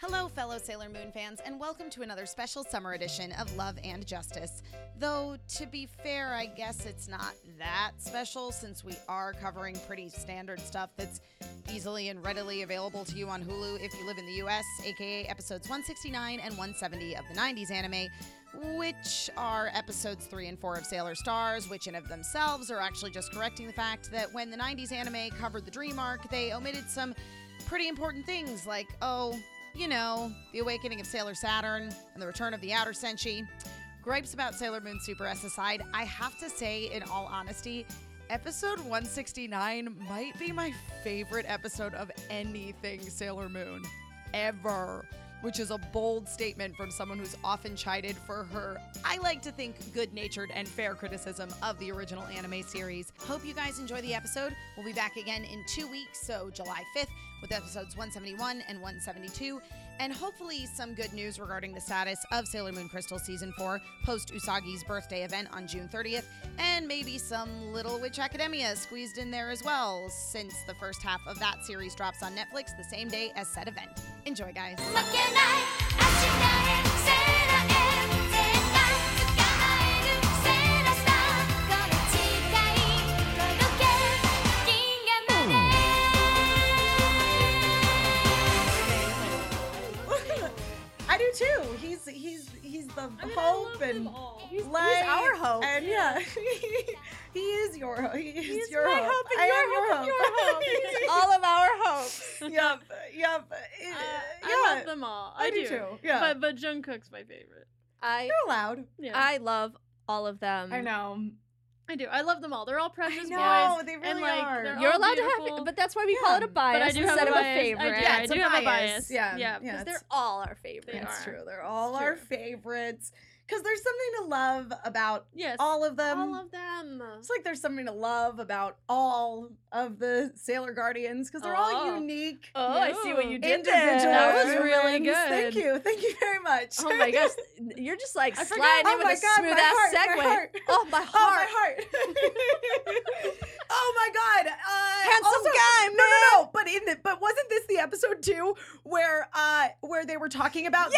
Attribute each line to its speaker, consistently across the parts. Speaker 1: Hello, fellow Sailor Moon fans, and welcome to another special summer edition of Love and Justice. Though, to be fair, I guess it's not that special since we are covering pretty standard stuff that's easily and readily available to you on Hulu if you live in the US, aka episodes 169 and 170 of the 90s anime, which are episodes 3 and 4 of Sailor Stars, which in of themselves are actually just correcting the fact that when the 90s anime covered the Dream Arc, they omitted some pretty important things like, oh, you know, the awakening of Sailor Saturn and the return of the Outer Senshi. Gripes about Sailor Moon Super S aside, I have to say, in all honesty, episode 169 might be my favorite episode of anything Sailor Moon ever, which is a bold statement from someone who's often chided for her, I like to think, good natured and fair criticism of the original anime series. Hope you guys enjoy the episode. We'll be back again in two weeks, so July 5th, with episodes 171 and 172, and hopefully some good news regarding the status of Sailor Moon Crystal Season 4 post Usagi's birthday event on June 30th, and maybe some Little Witch Academia squeezed in there as well, since the first half of that series drops on Netflix the same day as said event. Enjoy, guys.
Speaker 2: 負けない明日へセーラへ絶対捕まえるセーラスターこの誓い届け銀河まで
Speaker 3: I do too. He's he's he's the hope and
Speaker 4: He's,
Speaker 3: light
Speaker 4: our hope.
Speaker 3: And yeah, he is your hope. He is
Speaker 4: He's
Speaker 3: your
Speaker 4: my
Speaker 3: hope.
Speaker 4: hope and
Speaker 3: I
Speaker 4: your
Speaker 3: am your
Speaker 4: hope and
Speaker 3: hope.
Speaker 4: your hope. It's all of our hopes.
Speaker 3: yep, yep. It-
Speaker 5: Uh,
Speaker 3: yeah,
Speaker 5: I love them all. I,
Speaker 3: I do
Speaker 5: do.
Speaker 3: too, yeah.
Speaker 5: But but Jungkook's my favorite.
Speaker 4: I
Speaker 3: you're allowed.
Speaker 5: Yeah. I,
Speaker 4: I love all of them.
Speaker 3: I know.
Speaker 5: do. I love them all. They're all precious
Speaker 3: know,
Speaker 5: boys.
Speaker 3: they
Speaker 5: Mm. and,
Speaker 3: really
Speaker 5: like,
Speaker 3: are.
Speaker 5: They're
Speaker 4: You're
Speaker 5: all
Speaker 4: allowed to
Speaker 5: beautiful.
Speaker 4: have, but that's why we call it a
Speaker 3: Yeah.
Speaker 4: bias
Speaker 5: But I do
Speaker 4: instead
Speaker 5: have a
Speaker 4: of
Speaker 5: bias. I
Speaker 4: favorite.
Speaker 5: do,
Speaker 3: Yeah,
Speaker 5: I
Speaker 3: it's a
Speaker 5: do have a
Speaker 3: bias.
Speaker 5: bias.
Speaker 3: Yeah,
Speaker 5: Yeah.
Speaker 3: yeah,
Speaker 5: Because
Speaker 3: it's-
Speaker 5: they're
Speaker 4: They're all our favorite.
Speaker 5: They
Speaker 3: That's
Speaker 5: are.
Speaker 3: true. They're all
Speaker 5: It's
Speaker 3: our
Speaker 5: true.
Speaker 3: favorites because there's something to love about
Speaker 5: yes.
Speaker 3: all of them.
Speaker 5: all of them.
Speaker 3: it's like there's something to love about all of the Sailor Guardians because they're all
Speaker 4: Oh.
Speaker 3: unique.
Speaker 4: Oh, I see what you did
Speaker 3: Individual
Speaker 5: That
Speaker 4: there.
Speaker 5: was really
Speaker 3: humans. Thank
Speaker 5: good.
Speaker 3: you. Thank you very much.
Speaker 4: Oh my gosh, you're just like
Speaker 5: I forgot-
Speaker 4: sliding
Speaker 3: Oh
Speaker 4: in with
Speaker 3: my
Speaker 4: a
Speaker 3: God, my
Speaker 4: smooth ass
Speaker 3: heart,
Speaker 4: segue.
Speaker 3: my heart.
Speaker 4: Oh my
Speaker 3: Oh, my
Speaker 4: heart!
Speaker 3: heart. oh my god. Uh,
Speaker 4: Handsome
Speaker 3: also-
Speaker 4: guy,
Speaker 3: No, no, no. But in the, but wasn't this the episode too where uh where they were talking about the-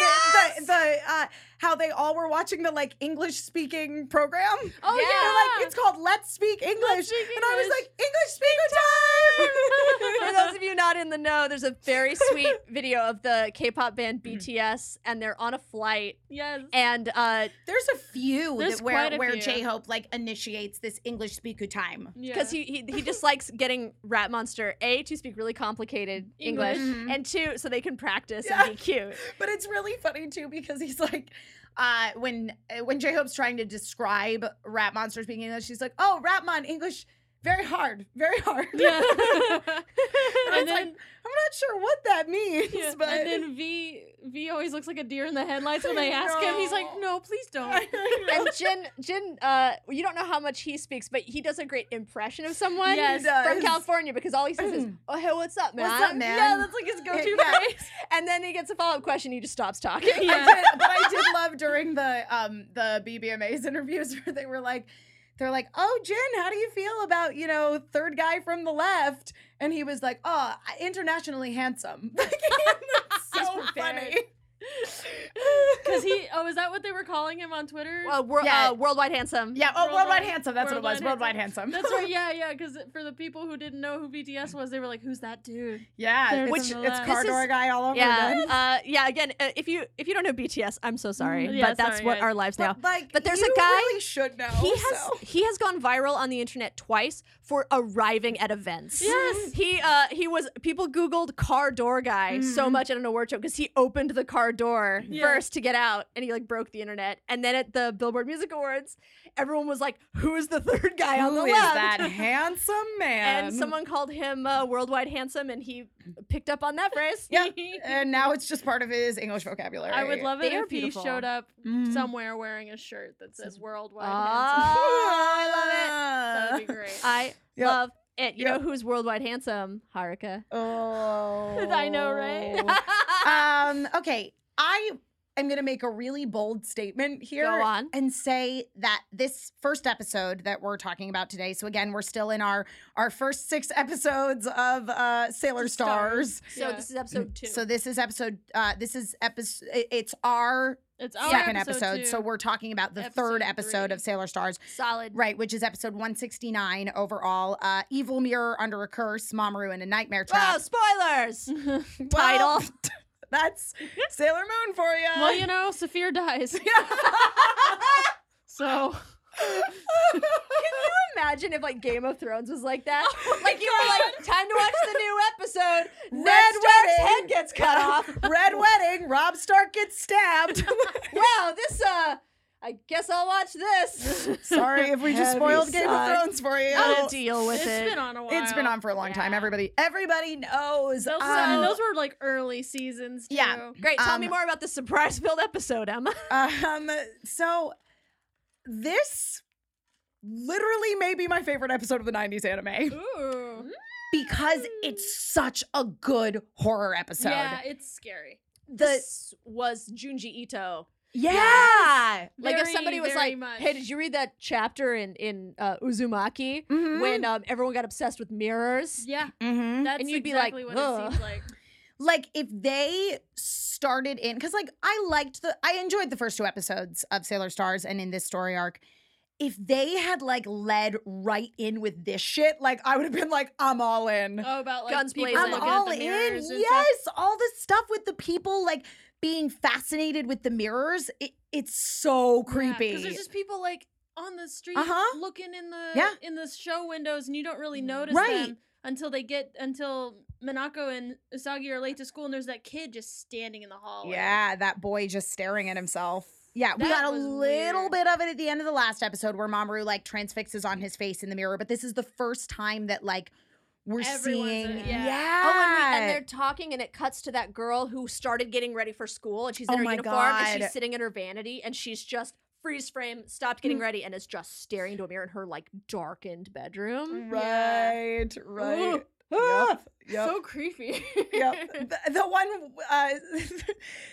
Speaker 3: the, the, uh how they all were watching the like English speaking program?
Speaker 5: Oh
Speaker 4: Yeah.
Speaker 3: They're
Speaker 5: yeah.
Speaker 3: like it's called Let's Speak English.
Speaker 5: Speak
Speaker 3: And I was
Speaker 5: English.
Speaker 3: like English speaker
Speaker 4: For
Speaker 3: time.
Speaker 4: those of you not in the know, there's a very sweet video of the K-pop
Speaker 3: Mm.
Speaker 4: band BTS, and they're on a flight,
Speaker 5: yes.
Speaker 4: and uh,
Speaker 3: There's a few
Speaker 5: There's
Speaker 3: that where
Speaker 5: quite a
Speaker 3: where
Speaker 5: few.
Speaker 3: J Hope like initiates this English speaker time.
Speaker 4: because he, he he just likes getting Rat Monster a to speak really complicated English,
Speaker 3: English. Mhm.
Speaker 4: and two so they can practice
Speaker 3: Yeah.
Speaker 4: and be cute.
Speaker 3: But it's really funny too because he's like, uh, when uh, when J Hope's trying to describe rat monsters being English, she's like, "Oh, ratmon English, very hard, very hard."
Speaker 5: Yeah.
Speaker 3: it's
Speaker 5: and then
Speaker 3: like, I'm not sure what that means,
Speaker 5: yeah,
Speaker 3: but
Speaker 5: and then V V always looks like a deer in the headlights when they ask him. He's like,
Speaker 3: No.
Speaker 5: "No, please don't."
Speaker 4: and Jin, Jin, uh, you don't know how much he speaks, but he does a great impression of someone
Speaker 5: Yes.
Speaker 3: He
Speaker 4: from
Speaker 3: does.
Speaker 4: California because all he says is, "Oh, hey, what's up, man?"
Speaker 3: What's up, man?
Speaker 5: yeah, that's like his go-to
Speaker 3: Yeah.
Speaker 5: face.
Speaker 4: And then he gets a follow up question. He just stops talking.
Speaker 5: Yeah.
Speaker 3: I did- but I did love during the um the BBMA's interviews where they were like, they're like, "Oh, Jen, how do you feel about you know third guy from the left?" And he was like, "Oh, internationally handsome." Like, that's so funny.
Speaker 5: Because he, oh, is that what they were calling him on Twitter?
Speaker 4: Uh, wor-
Speaker 3: Yeah.
Speaker 4: uh, worldwide handsome.
Speaker 3: Yeah. Oh, worldwide,
Speaker 5: Worldwide-
Speaker 3: handsome. That's what it was.
Speaker 5: worldwide
Speaker 3: Worldwide handsome.
Speaker 5: That's right. Yeah, yeah. Because for the people who didn't know who BTS was, they were like, "Who's that dude?"
Speaker 3: yeah.
Speaker 5: Third
Speaker 3: Which
Speaker 5: from the
Speaker 3: it's
Speaker 5: left.
Speaker 3: car
Speaker 4: This
Speaker 3: door
Speaker 4: is-
Speaker 3: guy all over again.
Speaker 4: Yeah. Uh, yeah. Again, uh, if you if you don't know BTS, I'm so sorry,
Speaker 5: Yeah,
Speaker 4: but that's
Speaker 5: sorry,
Speaker 4: what
Speaker 5: guys.
Speaker 4: our lives now.
Speaker 3: But, like,
Speaker 4: But there's a
Speaker 3: you
Speaker 4: guy-
Speaker 3: Really should know.
Speaker 4: He has
Speaker 3: so.
Speaker 4: he has gone viral on the internet twice for arriving at events.
Speaker 5: Yes.
Speaker 4: He uh he was people googled car door guy so
Speaker 3: Mhm.
Speaker 4: much at an award show because he opened the car door
Speaker 5: Yeah.
Speaker 4: first to get out and he like broke the internet. And then at the Billboard Music Awards, everyone was like, Who is the third guy on
Speaker 3: Who
Speaker 4: the
Speaker 3: is
Speaker 4: left?
Speaker 3: that handsome man?
Speaker 4: And someone called him uh, worldwide handsome and he picked up on that phrase.
Speaker 3: Yep. And now it's just just part of his English vocabulary.
Speaker 5: I would love it
Speaker 4: They are
Speaker 5: if he
Speaker 4: beautiful.
Speaker 5: showed up
Speaker 3: Mhm.
Speaker 5: somewhere wearing a shirt that says "Worldwide Handsome."
Speaker 4: Ah,
Speaker 5: That would be great.
Speaker 4: I
Speaker 3: Yep.
Speaker 4: love it. You
Speaker 3: Yep.
Speaker 4: know who's worldwide handsome? Haruka. Oh.
Speaker 3: Oh.
Speaker 5: I know, right?
Speaker 3: um. Okay. Oh. I am going to make a really bold statement here
Speaker 4: Go on.
Speaker 3: and say that this first episode that we're talking about today. So again, we're still in our our first six episodes of uh, Sailor Stars.
Speaker 4: So
Speaker 5: Yeah.
Speaker 4: this is episode two.
Speaker 3: So this is episode. Uh, this is episode. It's our
Speaker 5: it's our
Speaker 3: second episode. So
Speaker 5: Oh, two.
Speaker 3: we're talking about the third episode
Speaker 5: Episode
Speaker 3: of
Speaker 5: three.
Speaker 3: Sailor Stars,
Speaker 4: solid.
Speaker 3: right? Which is episode 169 overall. Uh, Evil mirror under a curse, Mamoru in a nightmare
Speaker 4: Wow,
Speaker 3: trap.
Speaker 4: Oh, spoilers.
Speaker 3: Well,
Speaker 4: Title.
Speaker 3: That's Sailor Moon for you.
Speaker 5: well, you know, Saphir dies. so
Speaker 4: Imagine if like Game of Thrones was like that. like you were like, time to watch the new episode.
Speaker 3: Red
Speaker 4: Ned Stark's
Speaker 3: wedding.
Speaker 4: head gets cut off.
Speaker 3: Red wedding. Rob Stark gets stabbed.
Speaker 4: wow, this uh I guess I'll watch this. Oh,
Speaker 3: Sorry if we just
Speaker 4: Heavy
Speaker 3: spoiled Game of
Speaker 4: sigh.
Speaker 3: Thrones for you.
Speaker 4: Gotta deal with
Speaker 5: it's
Speaker 4: it.
Speaker 5: been on a while.
Speaker 3: It's been on for a long time.
Speaker 5: Yeah.
Speaker 3: Everybody, everybody knows.
Speaker 5: Those,
Speaker 3: Um,
Speaker 5: and those were like early seasons. Too.
Speaker 3: yeah.
Speaker 4: Great. Tell me
Speaker 3: Um,
Speaker 4: more about the surprise filled episode, Emma.
Speaker 3: Um, so this literally may be my favorite episode of the 90s anime
Speaker 5: Ooh.
Speaker 3: because it's such a good horror episode.
Speaker 5: Yeah, it's scary.
Speaker 3: The
Speaker 4: this was Junji Ito.
Speaker 3: yeah.
Speaker 4: Like if
Speaker 5: Very,
Speaker 4: somebody was
Speaker 5: very
Speaker 4: like,
Speaker 5: much.
Speaker 4: "Hey, did you read that chapter in in uh, Uzumaki
Speaker 5: Mm-hmm.
Speaker 3: Mhm.
Speaker 4: when um, everyone got obsessed with mirrors?"
Speaker 5: Yeah,
Speaker 3: Mhm.
Speaker 5: that's
Speaker 4: you'd be like,
Speaker 5: exactly what
Speaker 4: "Ugh."
Speaker 5: it seems like.
Speaker 3: like if they started in because like i liked the i enjoyed the first two episodes of sailor stars and in this story arc if they had like led right in with this shit like i would have been like i'm all in
Speaker 5: Oh, about like
Speaker 4: Guns
Speaker 5: people
Speaker 4: blazing.
Speaker 3: i'm
Speaker 5: looking
Speaker 4: looking
Speaker 3: all
Speaker 5: at the
Speaker 3: in
Speaker 5: mirrors and stuff.
Speaker 3: yes all the stuff with the people like being fascinated with the mirrors it, it's so creepy
Speaker 5: Because there's just people like on the street
Speaker 3: Uh-huh.
Speaker 5: looking in the
Speaker 3: Yeah.
Speaker 5: in the show windows, and you don't really notice
Speaker 3: Right.
Speaker 5: them until they get until Minako and Usagi are late to school, and there's that kid just standing in the hallway.
Speaker 3: Yeah, that boy just staring at himself. Yeah, we
Speaker 5: That
Speaker 3: got a
Speaker 5: was
Speaker 3: little
Speaker 5: weird.
Speaker 3: bit of it at the end of the last episode where Mamoru like transfixes on his face in the mirror, but this is the first time that like we're
Speaker 5: Everyone's
Speaker 3: seeing.
Speaker 5: in-
Speaker 3: yeah.
Speaker 5: yeah.
Speaker 4: Oh, and, we, and they're talking, and it cuts to that girl who started getting ready for school, and she's in
Speaker 3: Oh
Speaker 4: her
Speaker 3: my
Speaker 4: uniform, and
Speaker 3: God.
Speaker 4: she's sitting in her vanity, and she's just freeze frame, stopped
Speaker 5: Mm-hmm.
Speaker 4: getting ready, and is just staring into a mirror in her like darkened
Speaker 5: Mm.
Speaker 4: bedroom.
Speaker 3: right, right. Yup, yup.
Speaker 5: So creepy.
Speaker 3: yep. The, the one uh,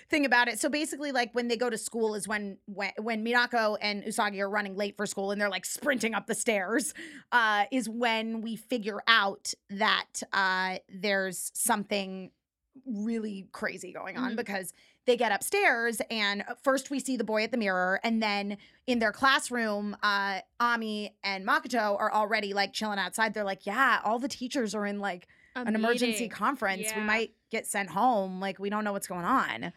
Speaker 3: thing about it. So basically, like when they go to school is when when, when Minako and Usagi are running late for school and they're like sprinting up the stairs. Uh, is when we figure out that uh, there's something really crazy going on
Speaker 4: Mm-hmm.
Speaker 5: Mhm.
Speaker 3: because they get upstairs and uh, first we see the boy at the mirror and then in their classroom uh Ami and Makoto are already like chilling outside they're like yeah all the teachers are in like
Speaker 5: A
Speaker 3: an emergency
Speaker 5: meeting.
Speaker 3: conference, we
Speaker 5: Yeah.
Speaker 3: might get sent home. Like we don't know what's going on.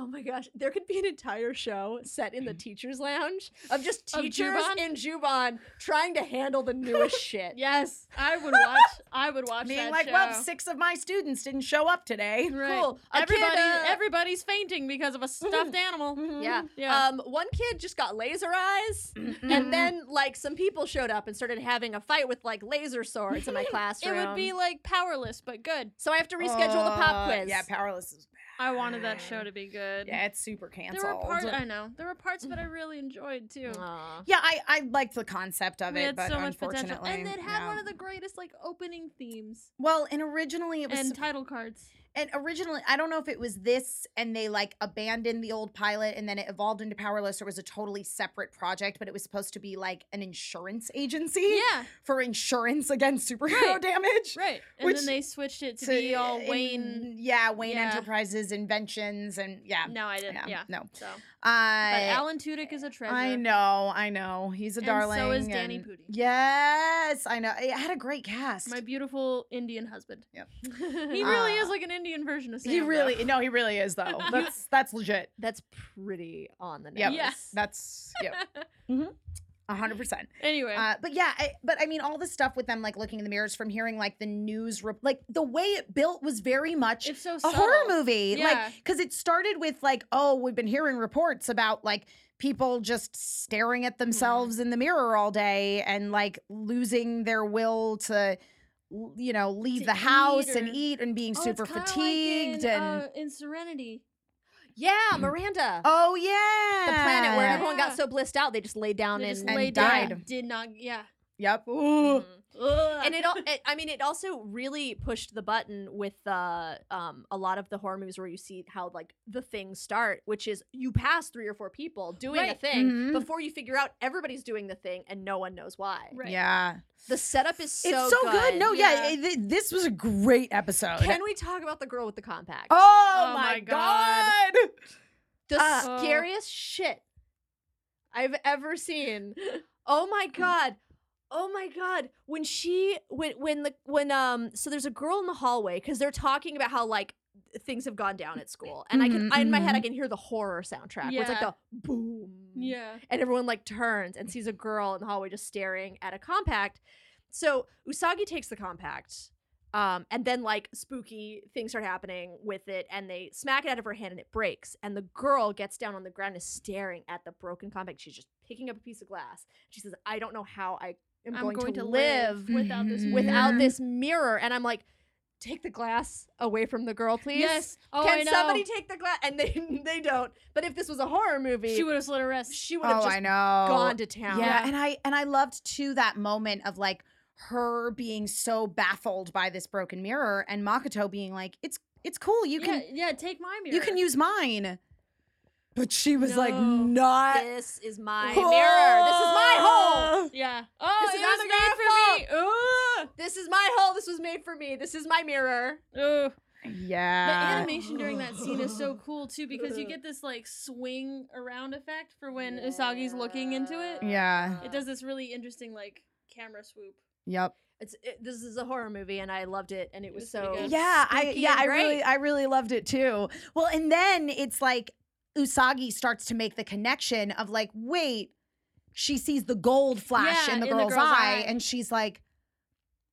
Speaker 4: Oh my gosh, there could be an entire show set in the teachers' lounge of just
Speaker 5: Mm. Of
Speaker 4: teachers
Speaker 5: Juban?
Speaker 4: in Juban trying to handle the newest shit.
Speaker 5: Yes, I would watch. I would watch
Speaker 3: Being
Speaker 5: that
Speaker 3: like,
Speaker 5: show.
Speaker 3: well, six of my students didn't show up today.
Speaker 5: Right.
Speaker 4: Cool. A kid,
Speaker 5: Everybody,
Speaker 4: uh,
Speaker 5: everybody's fainting because of a stuffed animal.
Speaker 4: Yeah.
Speaker 5: Mm-hmm. Yeah. Mm-hmm.
Speaker 4: Um, one kid just got laser eyes,
Speaker 3: Mhm.
Speaker 4: and then like some people showed up and started having a fight with like laser swords in my
Speaker 5: it
Speaker 4: classroom.
Speaker 5: would be like powerless, but good.
Speaker 4: so I have to reschedule the pop
Speaker 3: Uh,
Speaker 4: quiz.
Speaker 3: Yeah, powerless is
Speaker 5: I wanted that show to be good.
Speaker 3: yeah, it's super canceled.
Speaker 5: There were parts I know. There were parts that I really enjoyed too.
Speaker 4: Aw.
Speaker 3: yeah, I, I liked the concept of
Speaker 5: we
Speaker 3: it,
Speaker 5: had
Speaker 3: but
Speaker 5: so much
Speaker 3: unfortunately,
Speaker 5: potential, and it had
Speaker 3: yeah.
Speaker 5: one of the greatest like opening themes
Speaker 3: well, and originally it was
Speaker 5: and title cards.
Speaker 3: and originally i don't know if it was this and they like abandoned the old pilot and then it evolved into powerless or was a totally separate project but it was supposed to be like an insurance agency
Speaker 5: Yeah,
Speaker 3: for insurance against superhero
Speaker 5: Right.
Speaker 3: damage
Speaker 5: right. And
Speaker 3: Which-
Speaker 5: then they switched it to,
Speaker 3: So, eh,
Speaker 5: be all
Speaker 3: in-
Speaker 5: Wayne.
Speaker 3: yeah wayne
Speaker 5: yeah.
Speaker 3: enterprises inventions and yeah
Speaker 5: No, I didn't.
Speaker 3: yeah,
Speaker 5: Yeah.
Speaker 3: no
Speaker 5: So, but
Speaker 3: uh
Speaker 5: Alan Tudyk is a treasure.
Speaker 3: I know, I know. He's a
Speaker 5: And so
Speaker 3: darling.
Speaker 5: is Danny
Speaker 3: and-
Speaker 5: Pudi.
Speaker 3: Yes, I know. It had a great cast.
Speaker 5: My beautiful Indian husband.
Speaker 3: Yep.
Speaker 5: he really
Speaker 3: Uh,
Speaker 5: is like an Indian version of Sam.
Speaker 3: he
Speaker 5: though.
Speaker 3: really, no, he really is though. That's that's legit.
Speaker 4: That's pretty on the
Speaker 3: Yep.
Speaker 4: nose.
Speaker 5: Yeah.
Speaker 3: That's yeah, Mm-hmm. a hundred percent.
Speaker 5: anyway,
Speaker 3: Uh, but yeah, I, but I mean, all the stuff with them like looking in the mirrors from hearing like the news, rep- like the way it built was very much
Speaker 5: it's so
Speaker 3: a horror
Speaker 5: subtle.
Speaker 3: movie.
Speaker 5: Yeah.
Speaker 3: Like, because it started with like, oh, we've been hearing reports about like people just staring
Speaker 5: Mm.
Speaker 3: at themselves in the mirror all day and like losing their will to, l- you know, leave
Speaker 5: To
Speaker 3: the house and
Speaker 5: eat or-
Speaker 3: eat and being
Speaker 5: Oh, it's
Speaker 3: super
Speaker 5: kinda like
Speaker 3: fatigued
Speaker 5: in,
Speaker 3: and.
Speaker 5: uh, in Serenity.
Speaker 4: Yeah, Miranda.
Speaker 3: oh
Speaker 4: The
Speaker 3: yeah,
Speaker 4: planet where everyone
Speaker 5: Yeah.
Speaker 4: got so blissed out they just laid down
Speaker 5: They
Speaker 4: and
Speaker 5: just
Speaker 3: and
Speaker 5: laid
Speaker 3: died.
Speaker 5: down. Did not. Yeah.
Speaker 3: Yep.
Speaker 4: Mhm.
Speaker 5: Ugh.
Speaker 4: and it, al- it i mean it also really pushed the button with uh um a lot of the horror movies where you see how like the things start which is you pass three or four people doing a
Speaker 5: Right.
Speaker 4: thing
Speaker 3: Mhm.
Speaker 4: before you figure out everybody's doing the thing and no one knows why
Speaker 5: Right.
Speaker 3: Yeah.
Speaker 4: the setup is so,
Speaker 3: it's so good. No, yeah,
Speaker 5: Yeah.
Speaker 3: it- thi- this was a great episode.
Speaker 4: can we talk about the girl with the compact
Speaker 3: oh,
Speaker 5: Oh
Speaker 3: my
Speaker 5: my God.
Speaker 3: god.
Speaker 4: the
Speaker 5: Uh,
Speaker 4: scariest shit I've ever seen. Oh my
Speaker 5: Mm.
Speaker 4: god. Oh my god. When she when when the when um so there's a girl in the hallway cuz they're talking about how like things have gone down at school and I can
Speaker 3: Mhm,
Speaker 4: I, in my head I
Speaker 3: mhm.
Speaker 4: can hear the horror soundtrack. Where it's like
Speaker 5: Mm-hmm, Yeah.
Speaker 4: the boom.
Speaker 5: Yeah.
Speaker 4: And everyone like turns and sees a girl in the hallway just staring at a compact. So Usagi takes the compact. Um, and then like spooky things start happening with it, and they smack it out of her hand and it breaks. And the girl gets down on the ground and is staring at the broken compact. She's just picking up a piece of glass. She says, I don't know how I am
Speaker 5: I'm
Speaker 4: going, to, live
Speaker 5: without this
Speaker 3: Mhm.
Speaker 4: without
Speaker 5: mirror.
Speaker 4: this mirror. And I'm like, take the glass away from the girl, please.
Speaker 5: Yes. Oh,
Speaker 4: Can
Speaker 5: I know.
Speaker 4: somebody take the glass? And they they don't. But if this was a horror movie,
Speaker 5: She would have slit her wrist.
Speaker 4: she would have
Speaker 3: Oh,
Speaker 4: just
Speaker 3: I know.
Speaker 4: gone to town.
Speaker 3: yeah, and I and I loved too that moment of like her being so baffled by this broken mirror and Makoto being like, "It's it's cool. You can
Speaker 5: yeah, yeah, take my mirror.
Speaker 3: you can use mine." But she was like,
Speaker 5: No.
Speaker 3: "Not
Speaker 4: This is my mirror. This is my hole.
Speaker 5: Yeah. Oh,
Speaker 4: This
Speaker 5: this
Speaker 4: is
Speaker 5: is
Speaker 4: not
Speaker 5: was
Speaker 4: the
Speaker 5: made for me. Ooh.
Speaker 4: This is my hole. This was made for me. This is my mirror.
Speaker 5: Ooh. The
Speaker 3: Yeah.
Speaker 5: animation during that scene is so cool too because you get this like swing around effect for when Usagi's looking into it.
Speaker 3: Yeah.
Speaker 5: It does this really interesting like camera swoop.
Speaker 3: Yep.
Speaker 4: It's it, this is a horror movie, and I loved it, and it was
Speaker 5: was pretty
Speaker 4: so
Speaker 5: good.
Speaker 3: Yeah, I
Speaker 4: spooky
Speaker 3: yeah,
Speaker 4: and
Speaker 3: I
Speaker 4: great.
Speaker 3: really I really loved it too. Well, and then it's like Usagi starts to make the connection of like, wait, she sees the gold flash
Speaker 5: Yeah,
Speaker 3: in the
Speaker 5: in the
Speaker 3: girl's,
Speaker 5: girl's
Speaker 3: eye,
Speaker 5: eye.
Speaker 3: and she's like,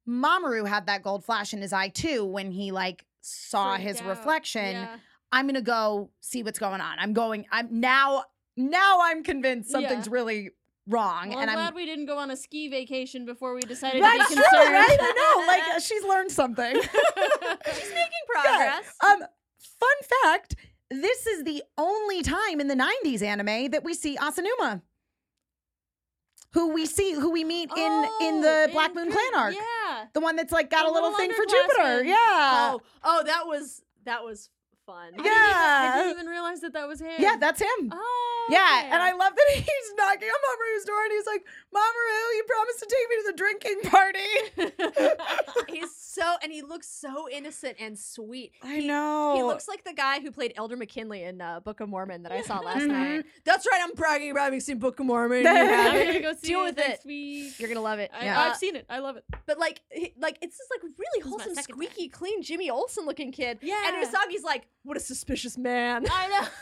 Speaker 3: Mamoru had that gold flash in his eye too when he like saw
Speaker 5: Freaked
Speaker 3: his
Speaker 5: out.
Speaker 3: reflection.
Speaker 5: Yeah.
Speaker 3: I'm gonna go see what's going on. I'm going. I'm now. Now I'm convinced
Speaker 5: Yeah.
Speaker 3: something's really wrong,
Speaker 5: Well, I'm
Speaker 3: and
Speaker 5: glad
Speaker 3: I'm.
Speaker 5: we didn't go on a ski vacation before we decided
Speaker 3: that's
Speaker 5: to
Speaker 3: true,
Speaker 5: be concerned.
Speaker 3: right? I know. Like she's learned something.
Speaker 4: She's making progress.
Speaker 3: Um, fun fact: this is the only time in the '90s anime that we see Asanuma, who we see, who we meet in in the
Speaker 5: Oh,
Speaker 3: Black Moon
Speaker 5: Dru-
Speaker 3: Plan arc,
Speaker 5: Yeah.
Speaker 3: the one that's like got
Speaker 5: The
Speaker 3: a little
Speaker 5: little
Speaker 3: thing for
Speaker 5: underclassman.
Speaker 3: Jupiter. Yeah,
Speaker 4: oh, oh, that was that was fun.
Speaker 5: I didn't, even, I
Speaker 3: Yeah.
Speaker 5: didn't even realize that that was him.
Speaker 3: yeah, that's him.
Speaker 5: Oh.
Speaker 3: Yeah,
Speaker 5: okay.
Speaker 3: and I love that he's knocking on Mamoru's door and he's like, Mamoru, you promised to take me to the drinking party.
Speaker 4: He's so and he looks so innocent and sweet.
Speaker 3: I know.
Speaker 4: He looks like the guy who played Elder McKinley in uh, Book of Mormon that I saw last
Speaker 3: Mhm.
Speaker 4: night. That's right, I'm bragging about having seen Book of Mormon. You
Speaker 5: I'm
Speaker 4: haven't.
Speaker 5: gonna go see
Speaker 4: Deal
Speaker 5: it
Speaker 4: with it.
Speaker 5: next week.
Speaker 4: You're gonna love it.
Speaker 5: I,
Speaker 3: Yeah.
Speaker 5: I've seen it. I love it.
Speaker 4: But like, he, like it's this like really
Speaker 5: is my
Speaker 4: wholesome,
Speaker 5: second
Speaker 4: squeaky clean Jimmy Olsen looking kid.
Speaker 5: Yeah.
Speaker 4: And Usagi's like, what a suspicious man.
Speaker 5: I know.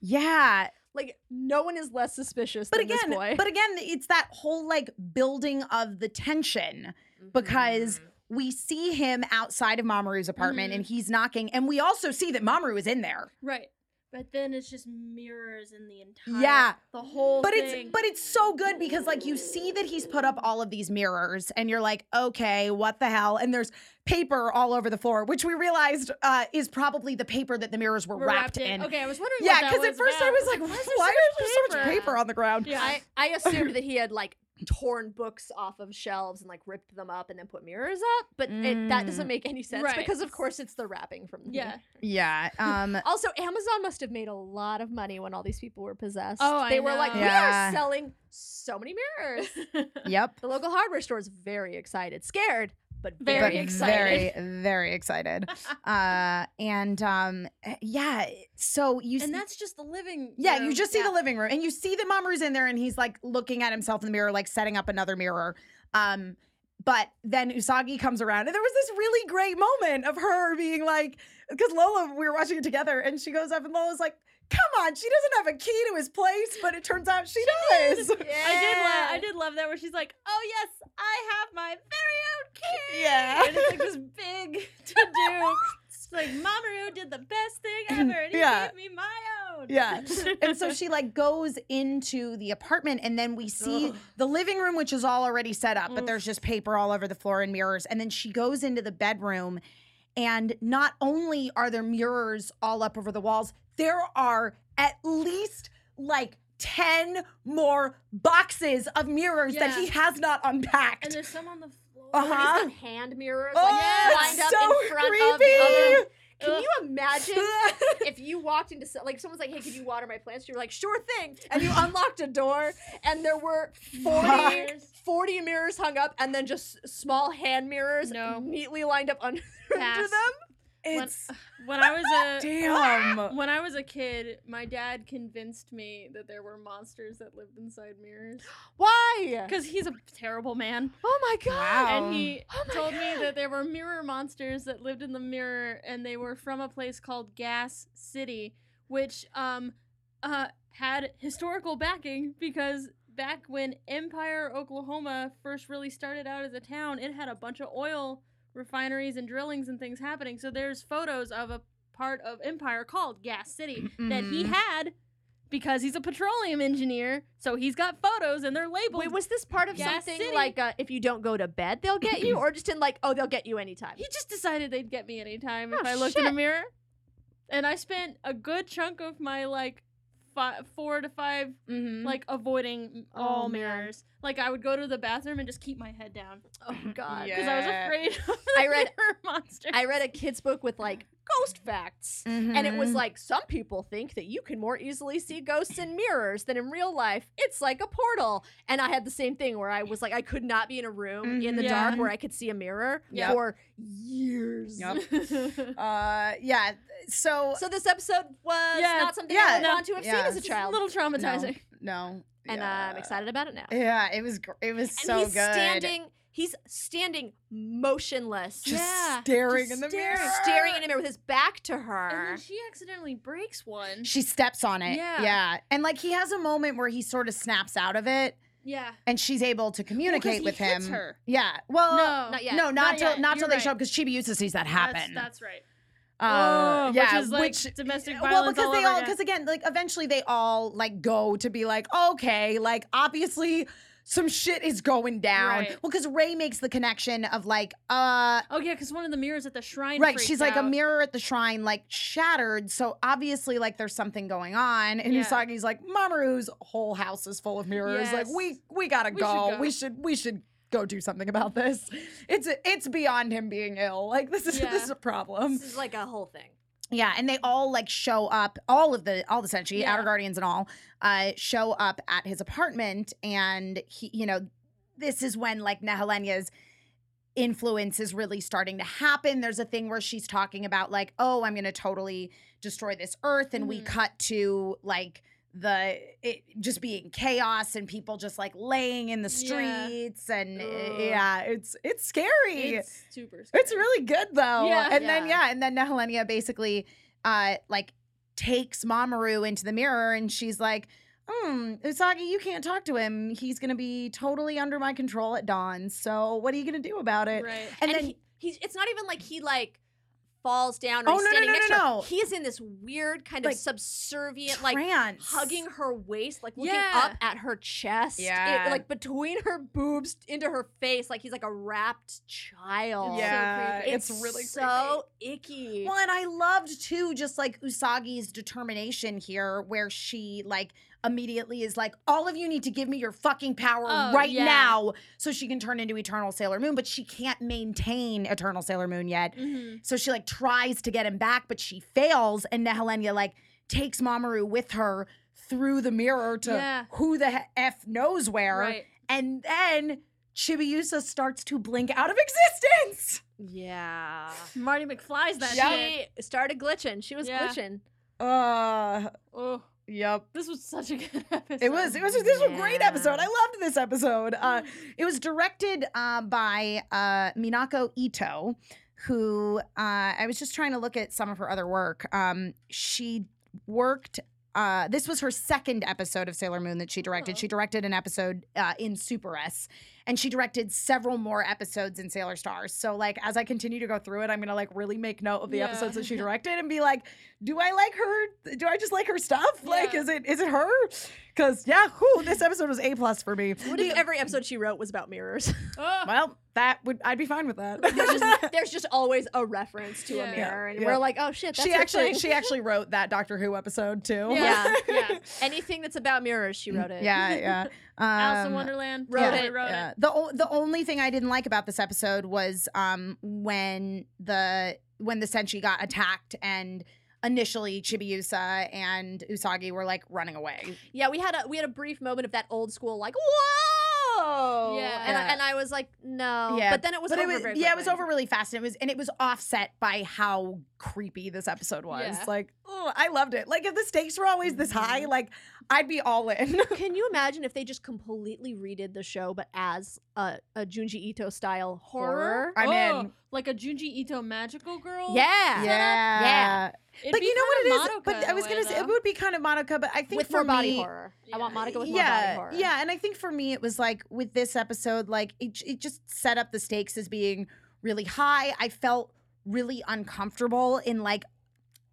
Speaker 3: yeah,
Speaker 4: like no one is less suspicious
Speaker 3: but
Speaker 4: than
Speaker 3: again,
Speaker 4: this boy.
Speaker 3: but again, it's that whole like building of the tension because
Speaker 5: Mm-hmm.
Speaker 3: we see him outside of Mamoru's apartment
Speaker 5: Mhm.
Speaker 3: and he's knocking, and we also see that Mamoru is in there.
Speaker 5: Right. But then it's just mirrors in the entire
Speaker 3: Yeah.
Speaker 5: the whole
Speaker 3: But
Speaker 5: thing.
Speaker 3: it's but it's so good because like you see that he's put up all of these mirrors and you're like, okay, what the hell? And there's paper all over the floor, which we realized uh, is probably the paper that the mirrors were,
Speaker 5: We're
Speaker 3: wrapped, in.
Speaker 5: Okay, I was wondering
Speaker 3: Yeah,
Speaker 5: what that
Speaker 3: because at
Speaker 5: was
Speaker 3: first I
Speaker 5: about.
Speaker 3: was like,
Speaker 5: is
Speaker 3: why,
Speaker 5: there
Speaker 3: is there so much
Speaker 5: paper?"
Speaker 3: paper on the ground?
Speaker 5: Yeah.
Speaker 4: I, I assumed that he had like torn books off of shelves and like ripped them up and then put mirrors up, but it, that
Speaker 3: Mm.
Speaker 4: doesn't make any sense
Speaker 5: Right.
Speaker 4: because of course it's the wrapping from the
Speaker 5: yeah.
Speaker 3: Yeah. Um,
Speaker 4: Also, Amazon must have made a lot of money when all these people were possessed.
Speaker 5: Oh, I
Speaker 4: they were like,
Speaker 5: know.
Speaker 4: we
Speaker 3: Yeah.
Speaker 4: are selling so many mirrors.
Speaker 3: yep.
Speaker 4: the local hardware store is very excited, scared, but
Speaker 5: Very
Speaker 4: very
Speaker 3: but
Speaker 4: excited.
Speaker 3: Very, very excited. Uh, and um, yeah. So you.
Speaker 5: And
Speaker 3: s-
Speaker 5: that's just the living
Speaker 3: yeah, you
Speaker 5: room.
Speaker 3: just see
Speaker 5: Yeah.
Speaker 3: the living room, and you see that Mamoru's in there, and he's like looking at himself in the mirror, like setting up another mirror. Um, but then Usagi comes around, and there was this really great moment of her being like, because Lola, we were watching it together, and she goes up, and Lola's like, "Come on, she doesn't have a key to his place," but it turns out she, does.
Speaker 5: I did love I did love that where she's like, "Oh yes, I have my very
Speaker 3: Yeah.
Speaker 5: own kid." And it's like this big to do. It's like Mamoru did the best thing ever, and he
Speaker 3: Yeah.
Speaker 5: gave me my own.
Speaker 3: Yeah. and so she like goes into the apartment and then we see
Speaker 5: Ugh.
Speaker 3: the living room which is all already set up but
Speaker 5: Oof.
Speaker 3: there's just paper all over the floor and mirrors and then she goes into the bedroom and not only are there mirrors all up over the walls there are at least like 10 more boxes of mirrors that
Speaker 5: Yeah.
Speaker 3: he has not
Speaker 5: And
Speaker 3: unpacked.
Speaker 5: there's some on the floor.
Speaker 3: Uh-huh.
Speaker 4: He's got hand mirrors
Speaker 3: Oh,
Speaker 4: like
Speaker 5: yes,
Speaker 4: lined up
Speaker 3: so
Speaker 4: in front of
Speaker 3: creepy.
Speaker 4: the other. Can
Speaker 5: Ugh.
Speaker 4: you imagine if you walked into so- like someone's like, "Hey, can you water my plants?" You're like, "Sure thing," and you unlocked a door, and there were 40,
Speaker 5: Mirrors.
Speaker 4: 40 mirrors hung up, and then just s- small hand mirrors
Speaker 5: No.
Speaker 4: neatly lined up under, under
Speaker 5: Pass.
Speaker 4: them.
Speaker 3: It's
Speaker 5: When I was a
Speaker 3: damn.
Speaker 5: when I was a kid, my dad convinced me that there were monsters that lived inside mirrors
Speaker 4: Why?
Speaker 5: because he's a terrible man.
Speaker 4: Oh my god!
Speaker 5: And he
Speaker 4: Oh my
Speaker 5: told me
Speaker 4: God.
Speaker 5: that there were mirror monsters that lived in the mirror, and they were from a place called Gas City, which um, uh, had historical backing because back when Empire, Oklahoma, first really started out as a town, it had a bunch of oil refineries and drillings and things happening. So there's photos of a part of Empire called Gas City that he
Speaker 3: mm-hmm.
Speaker 5: had because he's a petroleum engineer. So he's got photos, and they're labeled.
Speaker 4: Wait, was this part of
Speaker 5: Gas
Speaker 4: something
Speaker 5: City.
Speaker 4: like uh, if you don't go to bed, they'll get you, or just in like, oh, they'll get you anytime?
Speaker 5: He just decided they'd get me anytime if
Speaker 4: Oh,
Speaker 5: I looked in a
Speaker 4: shit.
Speaker 5: mirror. And I spent a good chunk of my like fi- four to 5
Speaker 3: Mhm.
Speaker 5: like avoiding
Speaker 4: Oh,
Speaker 5: all
Speaker 4: man.
Speaker 5: mirrors. Like I would go to the bathroom and just keep my head down
Speaker 4: Oh god!
Speaker 3: Yeah.
Speaker 5: because I was afraid of the
Speaker 4: I read-
Speaker 5: mirror monster.
Speaker 4: I read a kid's book with like ghost facts. And it was
Speaker 3: Mhm.
Speaker 4: like, some people think that you can more easily see ghosts in mirrors than in real life. It's like a portal. And I had the same thing where I was like, I could not be in a room in the
Speaker 5: Mhm.
Speaker 4: dark
Speaker 5: Yeah.
Speaker 4: where I could see a mirror
Speaker 3: Mm-hmm. Yep.
Speaker 4: for years.
Speaker 3: Yep. uh yeah, so
Speaker 4: So this episode was
Speaker 5: Yeah,
Speaker 4: not something
Speaker 3: yeah,
Speaker 4: I would
Speaker 5: no,
Speaker 4: want to have
Speaker 3: yeah.
Speaker 4: seen as a
Speaker 5: It's
Speaker 4: child.
Speaker 5: a little traumatizing.
Speaker 3: no.
Speaker 4: and uh, I'm
Speaker 3: yeah.
Speaker 4: excited about it now.
Speaker 3: Yeah, it was gr- it was
Speaker 4: and
Speaker 3: so
Speaker 4: he's
Speaker 3: good.
Speaker 4: standing, he's standing motionless.
Speaker 3: just
Speaker 5: Yeah,
Speaker 3: staring
Speaker 5: just
Speaker 3: in the
Speaker 5: staring.
Speaker 3: mirror.
Speaker 4: Staring at a mirror with his back to
Speaker 3: Uh-huh.
Speaker 5: And
Speaker 4: her.
Speaker 5: then she accidentally breaks one.
Speaker 3: She steps on it.
Speaker 5: Yeah.
Speaker 3: yeah. And like he has a moment where he sort of snaps out of it
Speaker 5: yeah.
Speaker 3: and she's able to communicate
Speaker 5: he
Speaker 3: with
Speaker 5: hits
Speaker 3: him.
Speaker 5: her.
Speaker 3: Yeah. Well,
Speaker 5: no.
Speaker 4: not yet.
Speaker 3: No, not,
Speaker 5: Not
Speaker 3: till
Speaker 5: yet.
Speaker 3: not till
Speaker 5: You're
Speaker 3: they
Speaker 5: right.
Speaker 3: show up because Chibiusa sees that happen.
Speaker 5: That's, that's right.
Speaker 3: Uh,
Speaker 5: Oh,
Speaker 3: yeah,
Speaker 5: which is like domestic violence.
Speaker 3: well, because
Speaker 5: all
Speaker 3: they
Speaker 5: over
Speaker 3: all
Speaker 5: again.
Speaker 3: because again, like eventually they all like go to be like, okay, like obviously some shit is going down.
Speaker 5: Right.
Speaker 3: Well, because Ray makes the connection of like, uh,
Speaker 5: Oh yeah, because one of the mirrors at the shrine.
Speaker 3: right,
Speaker 5: freaked
Speaker 3: she's like a
Speaker 5: out.
Speaker 3: mirror at the shrine, like shattered. So obviously, like there's something going on. And
Speaker 5: Yeah.
Speaker 3: Usagi's like, Mamoru's whole house is full of mirrors. Like
Speaker 5: Yes.
Speaker 3: we we gotta
Speaker 5: We should
Speaker 3: go.
Speaker 5: go.
Speaker 3: We should we should go do something about this. It's it's beyond him being ill. Like this is
Speaker 5: Yeah.
Speaker 3: this is a problem.
Speaker 4: this is like a whole thing.
Speaker 3: Yeah, and they all like show up. All of the all the Senshi,
Speaker 5: Yeah.
Speaker 3: Outer Guardians, and all uh, show up at his apartment, and he, you know, this is when like Nehelenya's influence is really starting to happen. There's a thing where she's talking about like, oh, I'm gonna totally destroy this Earth, and we
Speaker 5: Mhm.
Speaker 3: cut to like the it just being chaos and people just like laying in the
Speaker 5: Yeah.
Speaker 3: streets, and uh,
Speaker 5: Ugh.
Speaker 3: yeah, it's it's scary.
Speaker 5: It's super. Scary.
Speaker 3: It's really good though.
Speaker 5: Yeah.
Speaker 3: and then
Speaker 4: Yeah.
Speaker 3: yeah, and then Nehelenia basically uh like takes Mamoru into the mirror and she's like, Hmm, Usagi, you can't talk to him. He's gonna be totally under my control at dawn. So what are you gonna do about it?
Speaker 5: right.
Speaker 3: And, then
Speaker 4: he, he's it's not even like he like falls down or
Speaker 3: Oh,
Speaker 4: he's
Speaker 3: no, no,
Speaker 4: standing
Speaker 3: no,
Speaker 4: next
Speaker 3: no,
Speaker 4: to her.
Speaker 3: no.
Speaker 4: He is in this weird kind
Speaker 3: Like,
Speaker 4: of subservient, like
Speaker 3: trance.
Speaker 4: hugging her waist, like looking
Speaker 5: Yeah.
Speaker 4: up at her chest. it-
Speaker 3: Yeah.
Speaker 4: like between her boobs into her face, like he's like a wrapped child.
Speaker 3: Yeah,
Speaker 4: It's,
Speaker 3: it's really
Speaker 4: so icky.
Speaker 3: Well, and I loved too, just like Usagi's determination here, where she like immediately is like, "All of you need to give me your fucking power
Speaker 5: Oh,
Speaker 3: right
Speaker 5: yeah.
Speaker 3: now," so she can turn into Eternal Sailor Moon. But she can't maintain Eternal Sailor Moon yet,
Speaker 5: Mhm.
Speaker 3: so she like tries to get him back, but she fails, and Nehelenia like takes Mamoru with her through the mirror to
Speaker 5: Yeah.
Speaker 3: who the he- f knows where,
Speaker 5: Right.
Speaker 3: and then Chibiusa starts to blink out of existence.
Speaker 4: yeah.
Speaker 5: Marty McFly's that shit.
Speaker 4: She started glitching. She was
Speaker 5: Yeah.
Speaker 4: glitching.
Speaker 3: Uh,
Speaker 5: Oh,
Speaker 3: yep.
Speaker 5: this was such a good episode.
Speaker 3: It was. It was. This was a great
Speaker 4: Yeah.
Speaker 3: episode. I loved this episode. Uh,
Speaker 5: Mm.
Speaker 3: it was directed uh, by uh, Minako Ito, who uh, I was just trying to look at some of her other work. Um, she worked. Uh, this was her second episode of Sailor Moon that she directed.
Speaker 5: Oh.
Speaker 3: She directed an episode uh, in Super S, and she directed several more episodes in Sailor Stars. So like as I continue to go through it, I'm gonna like really make note of the
Speaker 5: Yeah.
Speaker 3: episodes that she directed and be like, do I like her? Do I just like her stuff? Like
Speaker 5: Yeah.
Speaker 3: is it is it her? Because yeah, whew, this episode was a plus for me.
Speaker 4: What if every episode she wrote was about mirrors?
Speaker 5: Oh,
Speaker 3: Well, that would I'd be fine with that.
Speaker 4: there's, just, there's just always a reference to
Speaker 5: Yeah.
Speaker 4: a mirror, and
Speaker 3: Yeah.
Speaker 4: we're like, oh shit, that's
Speaker 3: she
Speaker 4: her
Speaker 3: actually
Speaker 4: thing.
Speaker 3: she actually wrote that Doctor Who episode too.
Speaker 5: yeah, yeah.
Speaker 4: anything that's about mirrors, she wrote it.
Speaker 3: yeah, yeah.
Speaker 5: Alice in
Speaker 3: Um,
Speaker 5: Wonderland
Speaker 4: wrote
Speaker 5: probably
Speaker 4: it,
Speaker 5: Wrote
Speaker 3: yeah.
Speaker 5: it.
Speaker 3: The o- the only thing I didn't like about this episode was um when the when the Senshi got attacked and initially Chibiusa and Usagi were like running away.
Speaker 4: yeah. We had a we had a brief moment of that old school like whoa,
Speaker 5: Yeah.
Speaker 4: and I, and I was like no,
Speaker 3: Yeah,
Speaker 4: but then it was
Speaker 3: but
Speaker 4: over.
Speaker 3: it was
Speaker 4: very
Speaker 3: yeah, it was
Speaker 4: quickly.
Speaker 3: over really fast and it was and it was offset by how creepy this episode was.
Speaker 5: Yeah.
Speaker 3: Like, oh, I loved it. Like if the stakes were always this high,
Speaker 4: Mm-hmm.
Speaker 3: like I'd be all in.
Speaker 4: Can you imagine if they just completely redid the show, but as a, a Junji Ito style horror?
Speaker 3: I'm
Speaker 5: Oh,
Speaker 3: in.
Speaker 5: Like a Junji Ito magical girl.
Speaker 4: Yeah.
Speaker 3: Yeah.
Speaker 5: It'd
Speaker 3: But
Speaker 5: be
Speaker 3: you know
Speaker 5: kinda
Speaker 3: what it is?
Speaker 5: Madoka
Speaker 3: But
Speaker 5: in
Speaker 3: I
Speaker 5: a
Speaker 3: was
Speaker 5: way,
Speaker 3: gonna say it
Speaker 5: though.
Speaker 3: would be kind of Monica, but I think
Speaker 4: With
Speaker 3: for
Speaker 4: more body
Speaker 3: me-
Speaker 4: horror. I
Speaker 5: Yeah.
Speaker 4: want Monica with more body
Speaker 3: yeah,
Speaker 4: horror.
Speaker 3: yeah, and I think for me it was like with this episode, like it, j- it just set up the stakes as being really high. I felt really uncomfortable in like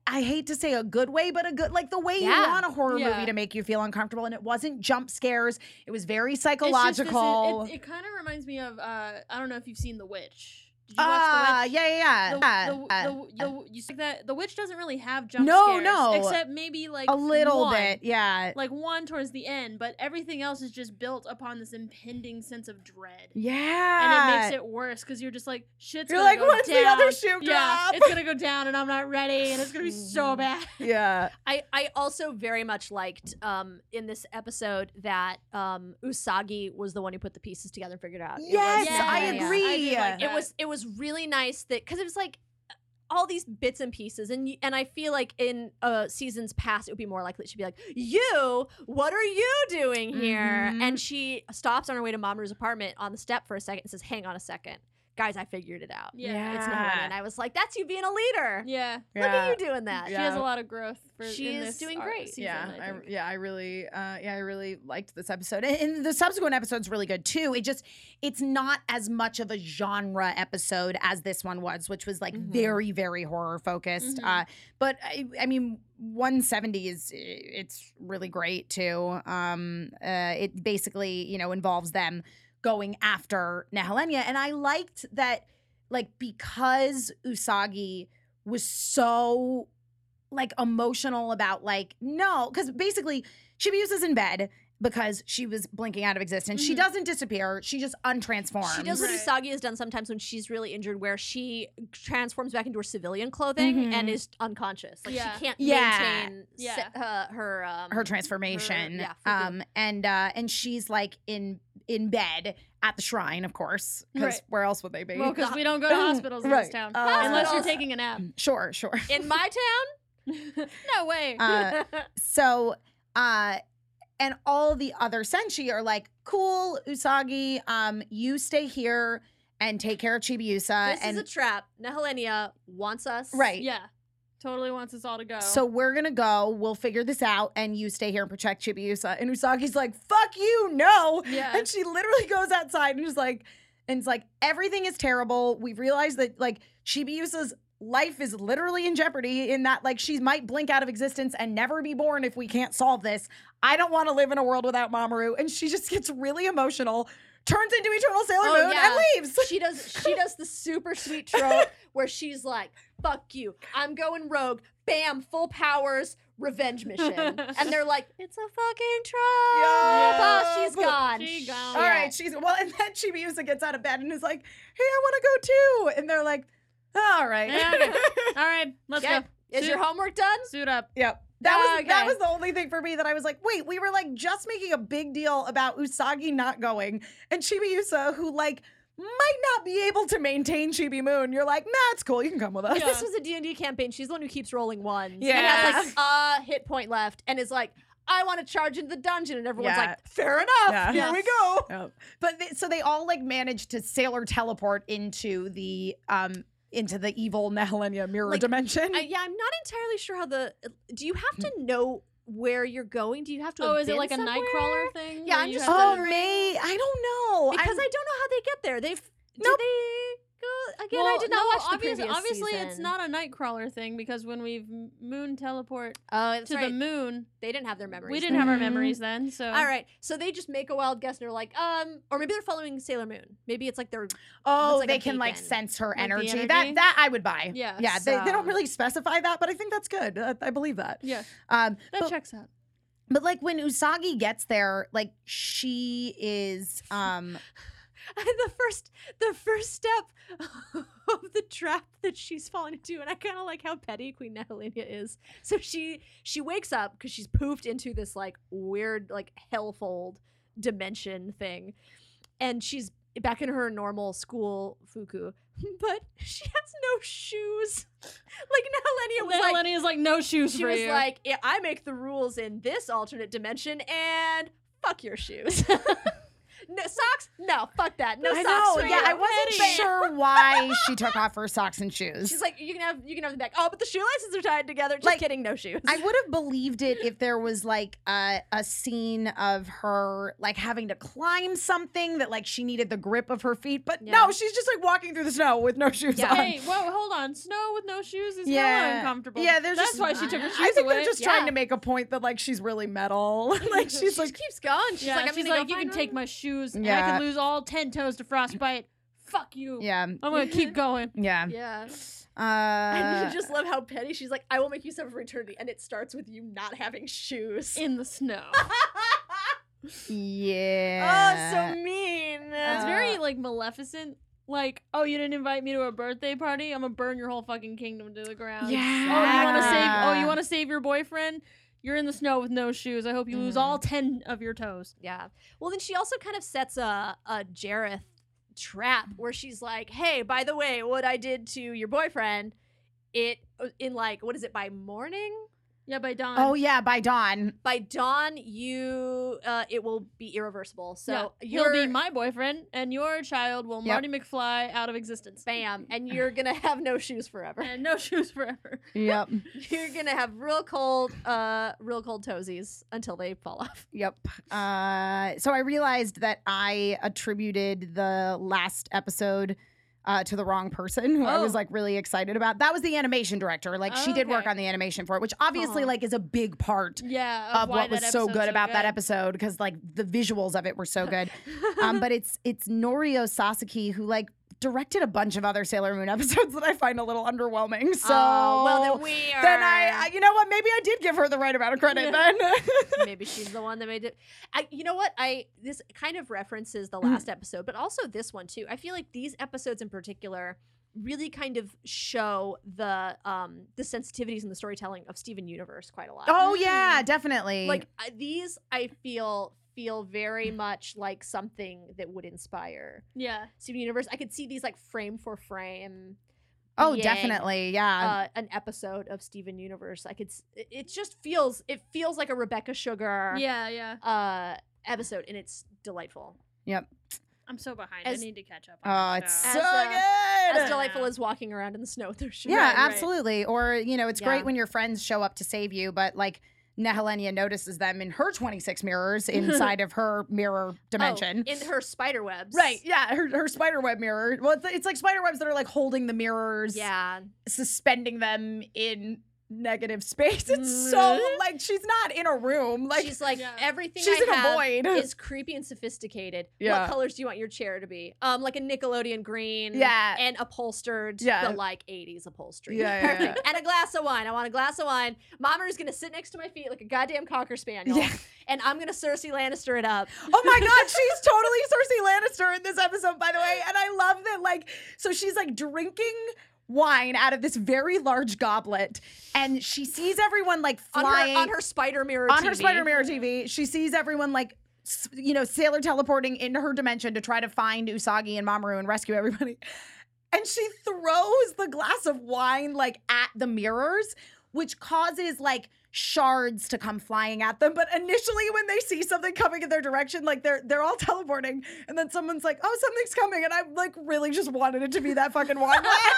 Speaker 3: I hate to say a good way, but a good like the way you
Speaker 4: Yeah.
Speaker 3: want a horror
Speaker 5: Yeah.
Speaker 3: movie to make you feel uncomfortable, and it wasn't jump scares. It was very
Speaker 5: It's just this- it-
Speaker 3: psychological.
Speaker 5: It, kind of reminds me of. Uh, I don't know if you've seen The Witch. Did you
Speaker 3: Ah,
Speaker 5: watch The Witch?
Speaker 3: yeah, yeah,
Speaker 5: The,
Speaker 3: yeah.
Speaker 5: the,
Speaker 3: Uh,
Speaker 5: the, the, you see that the witch doesn't really have jump
Speaker 3: No,
Speaker 5: scares,
Speaker 3: no.
Speaker 5: except maybe like
Speaker 3: a little
Speaker 5: one.
Speaker 3: bit, yeah,
Speaker 5: eh, like one towards the end, but everything else is just built upon this impending sense of dread.
Speaker 3: yeah.
Speaker 5: And it makes it worse because you're just like, shit's
Speaker 3: You're
Speaker 5: gonna
Speaker 3: like,
Speaker 5: go
Speaker 3: when's the other
Speaker 5: down."
Speaker 3: shoe
Speaker 5: Yeah,
Speaker 3: drop?
Speaker 5: it's gonna go down, and I'm not ready, and it's gonna be so bad.
Speaker 3: yeah,
Speaker 4: I, I also very much liked um, in this episode that um, Usagi was the one who put the pieces together and figured it out. It was-
Speaker 3: Yes,
Speaker 5: Yeah,
Speaker 3: I
Speaker 5: yeah, yeah.
Speaker 3: agree.
Speaker 5: I did like
Speaker 4: It was it was really nice that because it was like all these bits and pieces and y- and I feel like in uh, seasons past it would be more likely she'd be like you what are you doing here
Speaker 5: Mm-hmm.
Speaker 3: Mhm.
Speaker 4: and she stops on her way to Mamoru's apartment on the step for a second and says hang on a second guys I figured it out
Speaker 5: Yeah.
Speaker 4: it's Mahoney and I was like that's you being a leader
Speaker 5: Yeah.
Speaker 4: look at you doing that
Speaker 5: She has
Speaker 3: Yeah.
Speaker 5: a lot of growth for
Speaker 4: She
Speaker 5: in
Speaker 4: is
Speaker 5: this
Speaker 4: doing
Speaker 5: art
Speaker 4: great.
Speaker 5: season,
Speaker 3: yeah,
Speaker 5: I
Speaker 3: I,
Speaker 5: think.
Speaker 3: yeah, I really, uh, yeah, I really liked this episode, and, and the subsequent episode's really good too. It just, it's not as much of a genre episode as this one was, which was like
Speaker 4: Mhm.
Speaker 3: very, very horror focused.
Speaker 4: Mm-hmm.
Speaker 5: Mhm.
Speaker 3: Uh, but I, I mean, 170 is it's really great too. Um, uh, it basically, you know, involves them going after Nahelenia, and I liked that, like, because Usagi was so like emotional about like no because basically Chibius is in bed because she was blinking out of existence she
Speaker 5: Mhm.
Speaker 3: doesn't disappear she just untransforms
Speaker 4: She does what
Speaker 5: Right.
Speaker 4: Usagi has done sometimes when she's really injured, where she transforms back into her civilian clothing and
Speaker 3: Mhm.
Speaker 4: is unconscious.
Speaker 5: Mm-hmm.
Speaker 4: Like
Speaker 5: Yeah.
Speaker 4: she can't
Speaker 3: Yeah.
Speaker 4: maintain se-
Speaker 5: Yeah.
Speaker 4: uh, her um,
Speaker 3: her transformation
Speaker 4: yeah, fugu.
Speaker 3: um and uh and she's like in in bed at the shrine of course because
Speaker 5: Right.
Speaker 3: where else would they be
Speaker 5: Well, because we don't go to hospitals in
Speaker 3: Right.
Speaker 5: this town.
Speaker 3: Uh,
Speaker 5: unless you're
Speaker 4: Hospitals.
Speaker 5: taking a nap.
Speaker 3: sure sure
Speaker 4: in my town.
Speaker 5: no way.
Speaker 3: Uh, so uh and all the other senshi are like cool usagi um you stay here and take care of
Speaker 5: Uh,
Speaker 3: chibiusa
Speaker 4: this
Speaker 3: and
Speaker 4: is a trap. Nahelenia wants us.
Speaker 3: right
Speaker 5: yeah. Totally wants us all to go.
Speaker 3: So we're gonna go. We'll figure this out, and you stay here and protect Chibiusa. And Usagi's like, "Fuck you, no!"
Speaker 5: yeah.
Speaker 3: And she literally goes outside and is like, and it's like everything is terrible. We realize that like Chibiusa's life is literally in jeopardy in that like she might blink out of existence and never be born if we can't solve this. I don't want to live in a world without Mamoru. And she just gets really emotional, turns into Eternal Sailor
Speaker 4: Oh,
Speaker 3: Moon,
Speaker 4: yeah.
Speaker 3: and leaves.
Speaker 4: She does. She does the super sweet trope where she's like, "Fuck you, I'm going rogue." Bam, full powers, revenge mission, and they're like, "It's a fucking trope." Oh, she's
Speaker 3: Yup.
Speaker 4: gone.
Speaker 5: She gone.
Speaker 3: All
Speaker 5: Yeah.
Speaker 3: right, she's well, and then Chibiusa gets out of bed and is like, "Hey, I want to go too," and they're like, "All right,
Speaker 5: Yeah, okay. all right. Let's
Speaker 4: Yeah.
Speaker 5: go.
Speaker 4: Is
Speaker 5: Suit-
Speaker 4: your homework done?
Speaker 5: Suit up.
Speaker 3: yep." That was
Speaker 5: Ah,
Speaker 3: that
Speaker 4: Okay.
Speaker 3: was the only thing for me that I was like, "Wait, we were like just making a big deal about Usagi not going, and Chibiusa who like might not be able to maintain Chibi Moon." You're like, "Nah, it's cool. You can come with us."
Speaker 5: Yeah.
Speaker 4: This was a D&D campaign. She's the one who keeps rolling ones. And
Speaker 3: Yeah.
Speaker 4: has like a hit point left and is like, I want to charge into the dungeon. And everyone's
Speaker 3: Yeah.
Speaker 4: like, fair enough.
Speaker 3: Yeah.
Speaker 4: Here
Speaker 5: Yeah.
Speaker 4: we go.
Speaker 3: But they, so they all like managed to sailor teleport into the um into the evil Nahelenia mirror
Speaker 4: Like,
Speaker 5: Mm.
Speaker 3: dimension.
Speaker 4: I, yeah, I'm not entirely sure how the. Do you uh, have to know where you're going? Do you have to?
Speaker 5: Oh,
Speaker 4: have
Speaker 5: is it
Speaker 4: been
Speaker 5: like a
Speaker 4: somewhere?
Speaker 5: Nightcrawler thing?
Speaker 1: Yeah,
Speaker 5: where
Speaker 1: I'm
Speaker 5: you
Speaker 1: just
Speaker 5: have
Speaker 3: Oh,
Speaker 5: to-
Speaker 3: May, I don't know.
Speaker 4: Because
Speaker 3: I'm-
Speaker 4: I'm, I do not know how they get there. They've
Speaker 3: Nope.
Speaker 4: did they go again? I
Speaker 5: Well,
Speaker 4: did not
Speaker 5: no,
Speaker 4: watch the
Speaker 5: obvious-
Speaker 4: previous
Speaker 5: Obviously, it's
Speaker 4: season.
Speaker 5: not a Nightcrawler thing because when we m- moon teleport
Speaker 4: Oh, that's
Speaker 5: to
Speaker 4: right.
Speaker 5: the moon,
Speaker 4: they didn't have their memories.
Speaker 5: we
Speaker 4: then.
Speaker 5: didn't have our
Speaker 3: Mhm.
Speaker 5: memories then. So
Speaker 4: All right, so they just make a wild guess and they're like, um, or maybe they're following Sailor Moon. Maybe it's like they're
Speaker 3: Oh,
Speaker 4: It's like a
Speaker 3: they can like
Speaker 4: beacon.
Speaker 3: sense her
Speaker 5: the
Speaker 3: energy.
Speaker 5: energy?
Speaker 3: That that I would buy.
Speaker 5: Yeah,
Speaker 3: yeah. They, they
Speaker 4: so-
Speaker 3: don't really specify that, but I think that's good. Uh, I believe that.
Speaker 5: yeah,
Speaker 3: Um,
Speaker 5: that
Speaker 3: but,
Speaker 5: checks out.
Speaker 3: but like when Usagi gets there, like she is. Um,
Speaker 4: the first the first step of the trap that she's fallen into, and I kind of like how petty Queen Natalina is. So she she wakes up because she's poofed into this like weird like hellfold dimension thing, and she's back in her normal school fuku, but she has no shoes. like Natalina was
Speaker 5: Then
Speaker 4: like,
Speaker 5: Lenny is like, no shoes
Speaker 4: she
Speaker 5: for
Speaker 4: was
Speaker 5: you.
Speaker 4: like, yeah, I make the rules in this alternate dimension, and fuck your shoes. no socks? No, fuck that. No
Speaker 3: I
Speaker 4: socks.
Speaker 3: know.
Speaker 4: for
Speaker 3: Yeah,
Speaker 4: you.
Speaker 3: I wasn't
Speaker 4: Bam.
Speaker 3: sure why she took off her socks and shoes.
Speaker 4: She's like, you can have you can have the back. Oh, but the shoelaces are tied together. Just
Speaker 3: Like,
Speaker 4: kidding. No shoes.
Speaker 3: I would have believed it if there was like a, a scene of her like having to climb something that like she needed the grip of her feet, but
Speaker 4: Yeah.
Speaker 3: no, she's just like walking through the snow with no shoes
Speaker 4: Yeah.
Speaker 3: on.
Speaker 5: hey, whoa, hold on. Snow with no shoes is hella
Speaker 3: Yeah.
Speaker 5: uncomfortable.
Speaker 3: Yeah, they're
Speaker 5: That's
Speaker 3: just.
Speaker 5: why she took her
Speaker 4: I
Speaker 5: shoes
Speaker 3: I think
Speaker 5: away.
Speaker 3: they're just
Speaker 4: Yeah.
Speaker 3: trying to make a point that like she's really metal. like
Speaker 4: She
Speaker 3: she's
Speaker 4: just
Speaker 3: like,
Speaker 4: keeps going. She's
Speaker 5: yeah,
Speaker 4: like, I'm
Speaker 5: she's
Speaker 4: gonna go
Speaker 5: like, you
Speaker 4: find
Speaker 5: can take
Speaker 4: room."
Speaker 5: my shoes, and I
Speaker 3: Yeah.
Speaker 5: can lose all ten toes to frostbite. Fuck you.
Speaker 3: yeah,
Speaker 5: I'm gonna keep going.
Speaker 3: yeah.
Speaker 4: Yeah,
Speaker 3: Uh,
Speaker 4: and you just love how petty she's like. I will make you suffer for eternity, and it starts with you not having shoes.
Speaker 5: in the snow.
Speaker 4: Oh, so
Speaker 3: yeah.
Speaker 4: mean.
Speaker 5: It's
Speaker 3: Uh,
Speaker 5: very like maleficent. Like, oh, you didn't invite me to a birthday party. I'm gonna burn your whole fucking kingdom to the ground. Oh, you want to save?
Speaker 3: Yeah.
Speaker 5: Oh, you want to save your boyfriend? You're in the snow with no shoes. I hope you lose
Speaker 4: Mhm.
Speaker 5: all ten of your toes.
Speaker 4: Yeah. Well, then she also kind of sets a a Jareth trap where she's like, "Hey, by the way, what I did to your boyfriend, it uh, in like what is it by morning?
Speaker 5: Yeah, by dawn.
Speaker 3: oh yeah, by dawn.
Speaker 4: By dawn, you uh, it will be irreversible. So
Speaker 5: yeah. he'll
Speaker 4: you're
Speaker 5: be my boyfriend, and your child will
Speaker 3: Yep.
Speaker 5: Marty McFly out of existence.
Speaker 4: bam, and you're gonna have no shoes forever.
Speaker 5: And no shoes forever.
Speaker 3: Yep,
Speaker 4: You're gonna have real cold, uh, real cold toesies until they fall off.
Speaker 3: yep. Uh, so I realized that I attributed the last episode. Uh, to the wrong person who I was
Speaker 5: Oh.
Speaker 3: like really excited about. That was the animation director. Like she did work
Speaker 5: Okay.
Speaker 3: on the animation for it, which obviously
Speaker 4: Aw.
Speaker 3: like is a big part
Speaker 5: Yeah,
Speaker 3: of
Speaker 5: why
Speaker 3: what was
Speaker 5: that
Speaker 3: so
Speaker 5: episode's
Speaker 3: good about that episode because like the visuals of it were so good. um, but it's it's Norio Sasaki who like directed a bunch of other Sailor Moon episodes that I find a little underwhelming. So
Speaker 4: Oh, well, then we are.
Speaker 3: then I, I you know what maybe I did give her the right amount of credit then.
Speaker 4: maybe she's the one that made it I, you know what i this kind of references the last episode but also this one too i feel like these episodes in particular really kind of show the um the sensitivities and the storytelling of steven universe quite a lot
Speaker 3: oh yeah, definitely.
Speaker 4: Mm. like I, these i feel feel very much like something that would inspire
Speaker 5: Yeah.
Speaker 4: steven universe i could see these like frame for frame
Speaker 3: oh
Speaker 4: being,
Speaker 3: definitely yeah.
Speaker 4: uh, an episode of steven universe i could s- it, it just feels it feels like a rebecca sugar
Speaker 5: Yeah, yeah.
Speaker 4: uh episode and it's delightful
Speaker 5: I'm so behind.
Speaker 4: As-
Speaker 5: I need to catch up.
Speaker 3: oh,
Speaker 5: On
Speaker 3: it's
Speaker 5: this
Speaker 3: so
Speaker 5: show.
Speaker 4: As, uh,
Speaker 3: good.
Speaker 4: as delightful
Speaker 5: Yeah.
Speaker 4: as walking around in the snow with their shoes
Speaker 3: yeah,
Speaker 5: right, right.
Speaker 3: absolutely. Or you know, it's
Speaker 4: Yeah.
Speaker 3: great when your friends show up to save you, but like. Nehelenia notices them in her 26 mirrors inside of her mirror
Speaker 4: Oh,
Speaker 3: dimension.
Speaker 4: in her spider webs
Speaker 3: Right. Yeah. Her, her spider web mirror. Well, it's, it's like spider webs that are like holding the mirrors,
Speaker 4: yeah
Speaker 3: suspending them in negative space. It's so
Speaker 5: Mhm.
Speaker 3: like she's not in a room. Like she's,
Speaker 4: Mm-hmm. she's like
Speaker 5: Yeah.
Speaker 4: everything I
Speaker 3: in
Speaker 4: have
Speaker 3: a void.
Speaker 4: is creepy and sophisticated what
Speaker 3: Yeah.
Speaker 4: colors do you want your chair to be um like a nickelodeon green
Speaker 3: Yeah.
Speaker 4: and upholstered
Speaker 3: Yeah.
Speaker 4: the like 80s upholstery
Speaker 3: Yeah, yeah,
Speaker 4: Perfect. and a glass of wine i want a glass of wine mommer's gonna sit next to my feet like a goddamn cocker spaniel
Speaker 3: Yeah.
Speaker 4: and i'm gonna cersei lannister it up
Speaker 3: Oh my god, she's totally Cersei Lannister in this episode, by the way. And I love that, like, so she's like drinking wine out of this very large goblet, and she sees everyone like
Speaker 4: on her,
Speaker 3: flying
Speaker 4: on her spider mirror
Speaker 3: on her
Speaker 4: TV.
Speaker 3: spider mirror TV, she sees everyone like s- you know sailor teleporting into her dimension to try to find Usagi and Mamoru and rescue everybody. And she throws the glass of wine like at the mirrors, which causes like shards to come flying at them. But initially when they see something coming in their direction, like they're they're all teleporting and then someone's like, "Oh, something's coming." And I like really just wanted it to be that fucking wine. glass.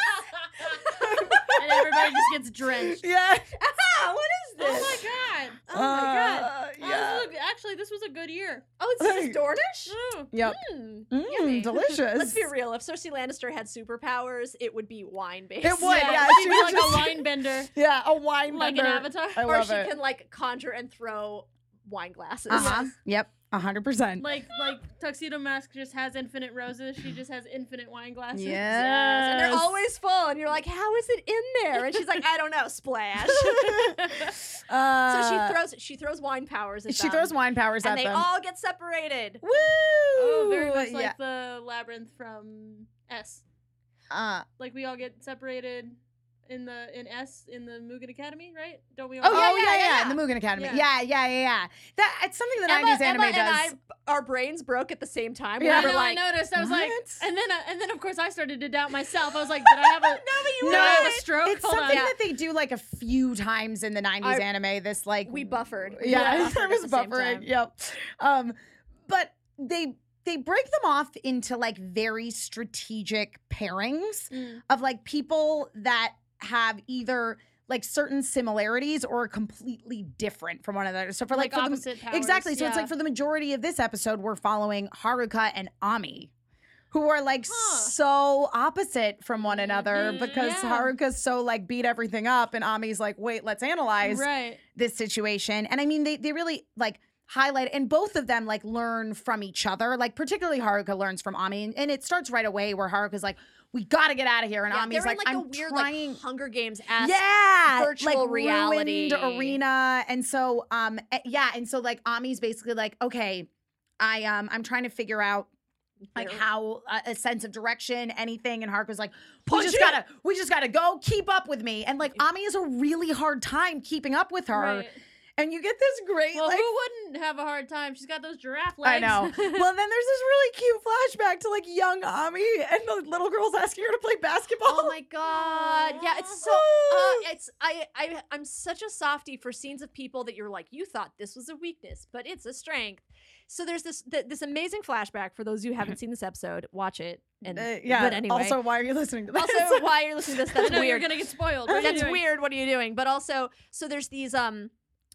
Speaker 5: and everybody just gets drenched.
Speaker 3: yeah.
Speaker 4: ah, what is this
Speaker 5: Oh my god.
Speaker 4: Oh my
Speaker 3: Uh,
Speaker 5: actually, this was a good year.
Speaker 4: Oh, it's
Speaker 3: Hey.
Speaker 4: just DoorDash?
Speaker 5: Mm.
Speaker 3: Yep.
Speaker 4: Mm,
Speaker 3: Mm,
Speaker 4: yummy.
Speaker 3: delicious.
Speaker 4: Let's be real. If Cersei Lannister had superpowers, it would be wine based.
Speaker 3: It would, yeah.
Speaker 5: she'd
Speaker 3: she
Speaker 5: be
Speaker 3: would
Speaker 5: like
Speaker 3: just-
Speaker 5: a wine bender,
Speaker 3: Yeah, a wine
Speaker 5: like an
Speaker 3: bender.
Speaker 5: avatar.
Speaker 3: I
Speaker 4: or
Speaker 3: love
Speaker 4: she
Speaker 3: it.
Speaker 4: can like conjure and throw wine glasses.
Speaker 3: Uh-huh. Yep. A hundred percent.
Speaker 5: Like like Tuxedo Mask just has infinite roses. She just has infinite wine glasses.
Speaker 3: Yes.
Speaker 4: And they're always full, and you're like, "How is it in there?" And she's like, "I don't know, splash." so
Speaker 3: Uh,
Speaker 4: she throws she throws wine powers at
Speaker 3: she
Speaker 4: them,
Speaker 3: throws wine powers at
Speaker 4: and they
Speaker 3: them.
Speaker 4: all get separated.
Speaker 3: Woo!
Speaker 5: Oh, very much
Speaker 3: yeah.
Speaker 5: like the labyrinth from S.
Speaker 3: Uh,
Speaker 5: Like we all get separated in the in S in the Mugen Academy, right? Don't we all?
Speaker 3: oh, yeah, yeah, yeah,
Speaker 4: yeah,
Speaker 3: In the Mugen Academy. Yeah,
Speaker 5: Yeah.
Speaker 3: yeah, yeah, yeah. That it's something that
Speaker 4: Emma,
Speaker 3: 90s anime
Speaker 4: Emma
Speaker 3: does.
Speaker 4: and I, our brains broke at the same time.
Speaker 3: Yeah.
Speaker 5: I
Speaker 4: We
Speaker 5: know.
Speaker 4: were like,
Speaker 5: I noticed. I was like,
Speaker 3: What?
Speaker 5: and then I, and then of course I started to doubt myself. I was like, did I have a did I have a stroke?
Speaker 3: it's
Speaker 5: Hold
Speaker 3: something
Speaker 5: on.
Speaker 3: that they do like a few times in the 90s
Speaker 4: I-
Speaker 3: anime. This like
Speaker 4: we buffered. We
Speaker 3: Yeah,
Speaker 4: buffered
Speaker 3: I
Speaker 4: at
Speaker 3: was
Speaker 4: the same time.
Speaker 3: buffering. Yep. Um, but they they break them off into like very strategic pairings
Speaker 5: Mm.
Speaker 3: of like people that have either like certain similarities or are completely different from one another. So for like,
Speaker 5: like,
Speaker 3: for the,
Speaker 5: opposite powers.
Speaker 3: exactly. So it's
Speaker 5: yeah.
Speaker 3: like for the majority of this episode, we're following Haruka and Ami. Who are like
Speaker 5: Huh.
Speaker 3: so opposite from one another
Speaker 4: Mm-hmm.
Speaker 5: Mhm.
Speaker 3: because
Speaker 5: Yeah.
Speaker 3: Haruka's so like beat everything up, and Ami's like, wait, let's analyze
Speaker 5: right.
Speaker 3: this situation. And I mean, they they really like highlight and both of them like learn from each other. Like particularly Haruka learns from Ami, and, and it starts right away where Haruka's like, "We got to get out of here," and
Speaker 4: Yeah,
Speaker 3: Ami's
Speaker 4: they're in,
Speaker 3: like,
Speaker 4: like a
Speaker 3: "I'm
Speaker 4: weird
Speaker 3: trying."
Speaker 4: like Hunger Games ass.
Speaker 3: yeah,
Speaker 4: virtual
Speaker 3: like ruined
Speaker 4: reality.
Speaker 3: arena, and so um, eh, yeah, and so like Ami's basically like, okay, I um, I'm trying to figure out like how uh, a sense of direction, anything. And Haruka's like, we
Speaker 4: Punch
Speaker 3: just
Speaker 4: it!"
Speaker 3: gotta, we just gotta go keep up with me. And like Ami has a really hard time keeping up with her,
Speaker 5: Right.
Speaker 3: and you get this great
Speaker 5: Well,
Speaker 3: like.
Speaker 5: who wouldn't have a hard time? She's got those giraffe
Speaker 3: I
Speaker 5: legs.
Speaker 3: know. well, then there's this really cute flashback to like young Ami and the little girl's asking her to play basketball.
Speaker 4: Oh my god. Yeah, it's so uh, it's I I I'm such a softie for scenes of people that you're like you thought this was a weakness, but it's a strength. So there's this th- this amazing flashback for those who haven't seen this episode, watch it. And
Speaker 3: Uh, yeah.
Speaker 4: but anyway.
Speaker 3: Also, why are you listening to this?
Speaker 4: also why you're listening to this
Speaker 5: I
Speaker 4: that's
Speaker 5: know you're
Speaker 4: weird.
Speaker 5: gonna get spoiled. What are you
Speaker 4: That's
Speaker 5: doing?
Speaker 4: weird. What are you doing? But also, so there's these um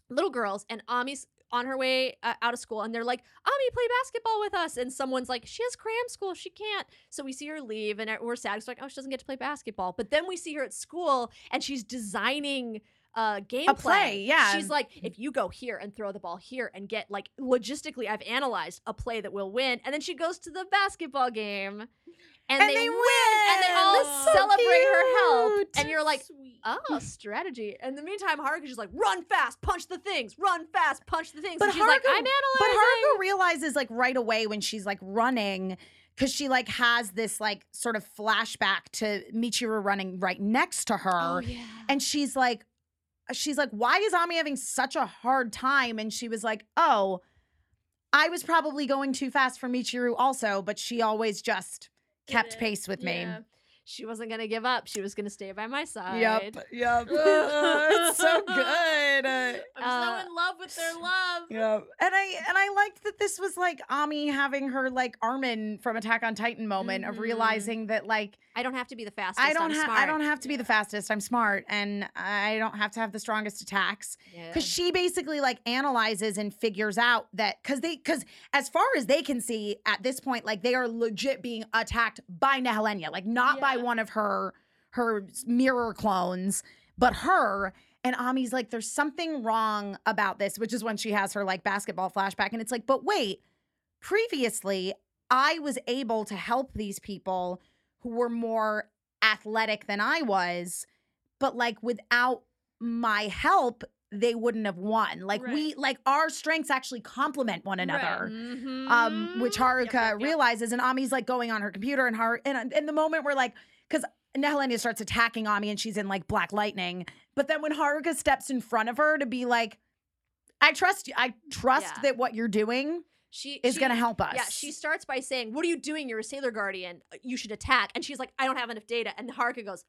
Speaker 4: little girls and Ami's on her way uh, out of school and they're like, "Ami, play basketball with us." And someone's like, "She has cram school. She can't." So we see her leave and we're sad. It's like, "Oh, she doesn't get to play basketball." But then we see her at school and she's designing uh, game
Speaker 3: play, yeah.
Speaker 4: She's like, if you go here and throw the ball here and get like logistically, I've analyzed a play that will win, and then she goes to the basketball game, and,
Speaker 3: and
Speaker 4: they,
Speaker 3: they, win,
Speaker 4: and they all
Speaker 5: That's so
Speaker 4: celebrate her help,
Speaker 3: cute.
Speaker 4: and you're like,
Speaker 5: Sweet.
Speaker 4: oh, strategy. And in the meantime, Haruka's just like, run fast, punch the things, run fast, punch the things.
Speaker 3: But
Speaker 4: and she's like,
Speaker 3: Haruka-
Speaker 4: I'm analyzing.
Speaker 3: But Haruka realizes like right away when she's like running because she like has this like sort of flashback to Michiru running right next
Speaker 5: Oh,
Speaker 3: to her,
Speaker 4: yeah.
Speaker 3: and she's like, she's like, why is Ami having such a hard time? And she was like, oh, I was probably going too fast for Michiru also, but she always just
Speaker 5: Did
Speaker 3: kept
Speaker 5: it.
Speaker 3: pace with me.
Speaker 5: Yeah.
Speaker 4: She wasn't going to give up. She was going to stay by my side.
Speaker 3: yep.
Speaker 5: It's so
Speaker 3: good.
Speaker 5: I'm
Speaker 4: Uh,
Speaker 5: so in love with their love.
Speaker 3: Yeah, and I and I liked that this was like Ami having her like Armin from Attack on Titan moment of
Speaker 4: Mhm.
Speaker 3: realizing that like
Speaker 4: I don't have to be the fastest.
Speaker 3: I don't
Speaker 4: I'm
Speaker 3: have
Speaker 4: smart.
Speaker 3: I don't have to be the fastest. I'm smart, and I don't have to have the strongest attacks.
Speaker 4: Yeah.
Speaker 3: Because she basically like analyzes and figures out that because they because as far as they can see at this point, like they are legit being attacked by Nehelenia, like not by
Speaker 5: Yeah.
Speaker 3: one of her her mirror clones, but her. And Ami's like, there's something wrong about this, which is when she has her like basketball flashback, and it's like, but wait, previously I was able to help these people who were more athletic than I was, but like without my help, they wouldn't have won. Like
Speaker 5: Right.
Speaker 3: we like our strengths actually complement one
Speaker 5: Right.
Speaker 3: another.
Speaker 4: Mhm.
Speaker 3: Um, which Haruka
Speaker 4: Yep, yep, yep.
Speaker 3: realizes, and Ami's like going on her computer, and Har and in the moment where like, because Nehelenia starts attacking Ami, and she's in like black lightning, but then when Haruka steps in front of her to be like, "I trust you. I trust
Speaker 4: Yeah.
Speaker 3: that what you're doing
Speaker 4: She
Speaker 3: is
Speaker 4: she-
Speaker 3: going to help us."
Speaker 4: Yeah, she starts by saying, What are you doing? You're a sailor guardian. You should attack. And she's like, I don't have enough data. And Haruka goes,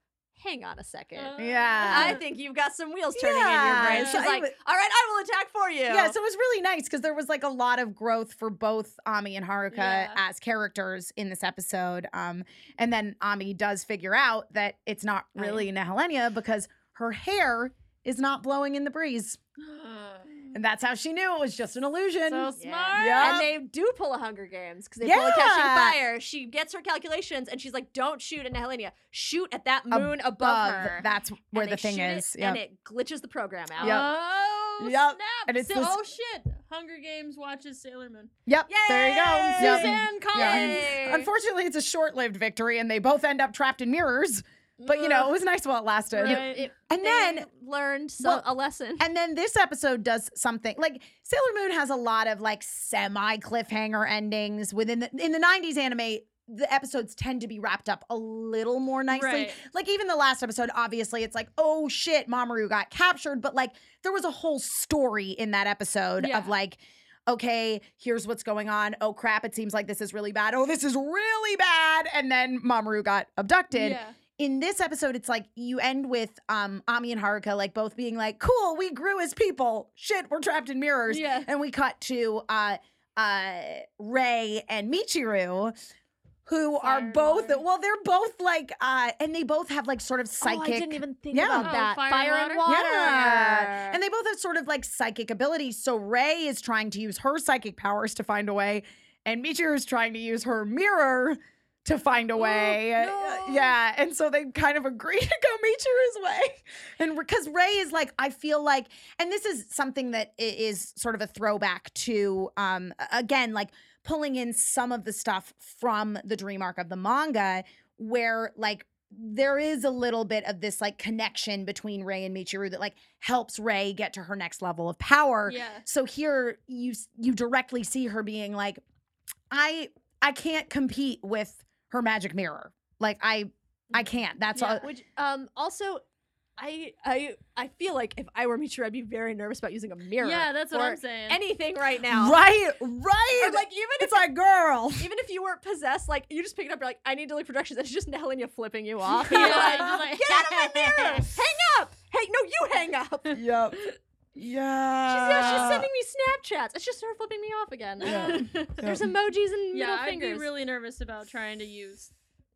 Speaker 4: Hang on a second.
Speaker 5: Uh,
Speaker 3: Yeah.
Speaker 4: I think you've got some wheels turning in your
Speaker 3: Yeah,
Speaker 4: brain. She's
Speaker 3: so I
Speaker 4: like,
Speaker 3: would-
Speaker 4: All right, I will attack for you.
Speaker 3: Yeah, so it was really nice because there was like a lot of growth for both Ami and Haruka
Speaker 5: Yeah.
Speaker 3: as characters in this episode. Um, and then Ami does figure out that it's not
Speaker 4: Oh, yeah.
Speaker 3: really Nehelenia because her hair is not blowing in the breeze. And that's how she knew it was just an illusion.
Speaker 5: So
Speaker 4: Yeah.
Speaker 5: smart.
Speaker 3: Yeah.
Speaker 4: And they do pull a Hunger Games because they pull a catching
Speaker 3: Yeah.
Speaker 4: fire. She gets her calculations and she's like, "Don't shoot at Helenia. Shoot at that moon above,
Speaker 3: Above,
Speaker 4: her."
Speaker 3: that's
Speaker 4: And
Speaker 3: where
Speaker 4: they
Speaker 3: the thing
Speaker 4: shoot it,
Speaker 3: is. Yeah.
Speaker 4: and it glitches the program out.
Speaker 3: Yep.
Speaker 5: Oh,
Speaker 3: Yep.
Speaker 5: snap.
Speaker 3: And it's
Speaker 5: Sa-
Speaker 3: this-
Speaker 5: oh, shit. Hunger Games watches Sailor Moon.
Speaker 3: Yep. There you go.
Speaker 4: Yay!
Speaker 3: Yep.
Speaker 5: Suzanne Collins.
Speaker 4: Yay.
Speaker 3: Unfortunately, it's a short-lived victory, and they both end up trapped in mirrors. But you know, it was nice while it lasted.
Speaker 5: Right.
Speaker 4: It- it-
Speaker 3: And
Speaker 4: they
Speaker 3: then
Speaker 4: learned so,
Speaker 3: well,
Speaker 4: a lesson.
Speaker 3: And then this episode does something like Sailor Moon has a lot of like semi cliffhanger endings within the in the 90s anime the episodes tend to be wrapped up a little more nicely.
Speaker 5: Right.
Speaker 3: Like even the last episode obviously it's like oh shit Mamoru got captured but like there was a whole story in that episode
Speaker 5: Yeah.
Speaker 3: of like okay here's what's going on oh crap it seems like this is really bad oh this is really bad and then Mamoru got abducted
Speaker 5: Yeah.
Speaker 3: in this episode, it's like you end with um, Ami and Haruka like both being like, "Cool, we grew as people. Shit, we're trapped in mirrors."
Speaker 5: Yeah.
Speaker 3: And we cut to uh, uh, Ray and Michiru, who are
Speaker 5: Fire
Speaker 3: both
Speaker 5: and water.
Speaker 3: well, they're both like, uh, and they both have like sort of psychic.
Speaker 4: Oh, I didn't even think
Speaker 3: Yeah.
Speaker 4: about
Speaker 5: Oh,
Speaker 4: that. Oh,
Speaker 5: fire and
Speaker 4: and
Speaker 5: water?
Speaker 4: water.
Speaker 3: Yeah. And they both have sort of like psychic abilities. So Ray is trying to use her psychic powers to find a way, and Michiru is trying to use her mirror to find
Speaker 4: Oh,
Speaker 3: a way.
Speaker 5: no.
Speaker 3: Yeah. And so they kind of agree to go Michiru's way. And because Ray is like, I feel like, and this is something that i- is sort of a throwback to, um, a- again, like pulling in some of the stuff from the dream arc of the manga where like there is a little bit of this like connection between Ray and Michiru that like helps Ray get to her next level of power.
Speaker 5: Yeah.
Speaker 3: So here you s- you directly see her being like I I can't compete with her magic mirror. Like I I
Speaker 4: Mm.
Speaker 3: can't. That's
Speaker 5: Yeah.
Speaker 3: all.
Speaker 4: Which um also I I I feel like if I were Mitra, I'd be very nervous about using a mirror.
Speaker 5: Yeah, that's what
Speaker 4: or
Speaker 5: I'm saying.
Speaker 4: Anything right now.
Speaker 3: Right, right.
Speaker 4: Or like even if
Speaker 3: it's like girl.
Speaker 4: even if you weren't possessed, like you just pick it up, you're like, I need to look for directions. It's just Helena flipping you off.
Speaker 5: Yeah,
Speaker 4: You're like,
Speaker 5: just like-
Speaker 4: Get out of my mirror! Hang up! Hey, no, you hang up. She's,
Speaker 3: Yep. Yeah.
Speaker 4: yeah, she's sending me Snapchats. It's just her flipping me off again.
Speaker 3: Yeah.
Speaker 4: There's emojis and
Speaker 5: yeah,
Speaker 4: middle
Speaker 5: I'd
Speaker 4: fingers.
Speaker 5: be really nervous about trying to use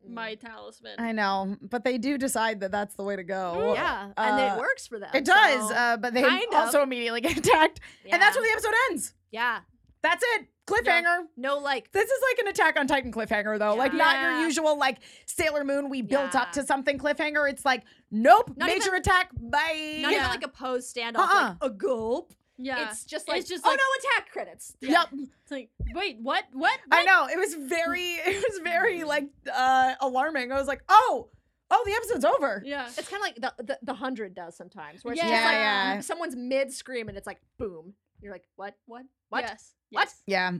Speaker 5: my talisman.
Speaker 3: I know, but they do decide that that's the way to go.
Speaker 4: Mm, yeah, and
Speaker 3: Uh,
Speaker 4: it works for them.
Speaker 3: It does,
Speaker 4: so-
Speaker 3: uh, but they
Speaker 4: kind
Speaker 3: also immediately get attacked, and that's
Speaker 4: Yeah.
Speaker 3: where the episode ends.
Speaker 4: yeah.
Speaker 3: That's it. Cliffhanger.
Speaker 4: No, like
Speaker 3: This is like an Attack on Titan cliffhanger, though. Like not your
Speaker 5: Yeah.
Speaker 3: usual like Sailor Moon. We built up
Speaker 4: Yeah.
Speaker 3: to something cliffhanger. It's like nope,
Speaker 4: Not
Speaker 3: major
Speaker 4: even-
Speaker 3: attack. Bye.
Speaker 4: not
Speaker 5: Yeah.
Speaker 4: even like a pose standoff,
Speaker 3: Uh-uh.
Speaker 4: like a gulp.
Speaker 5: yeah.
Speaker 4: It's just like,
Speaker 5: It's just
Speaker 4: oh
Speaker 5: like-
Speaker 4: no, attack credits.
Speaker 5: yeah.
Speaker 3: Yep.
Speaker 5: It's like, wait, what? What?
Speaker 3: I know. It was very. It was very like uh alarming. I was like, oh, oh, the episode's over.
Speaker 5: Yeah.
Speaker 4: It's kind of like the, the the hundred does sometimes, where it's
Speaker 5: Yeah.
Speaker 4: just like
Speaker 3: Yeah, yeah.
Speaker 4: someone's mid scream and it's like boom. You're like, what, what, what?
Speaker 5: Yes.
Speaker 4: What?
Speaker 5: Yes.
Speaker 3: Yeah.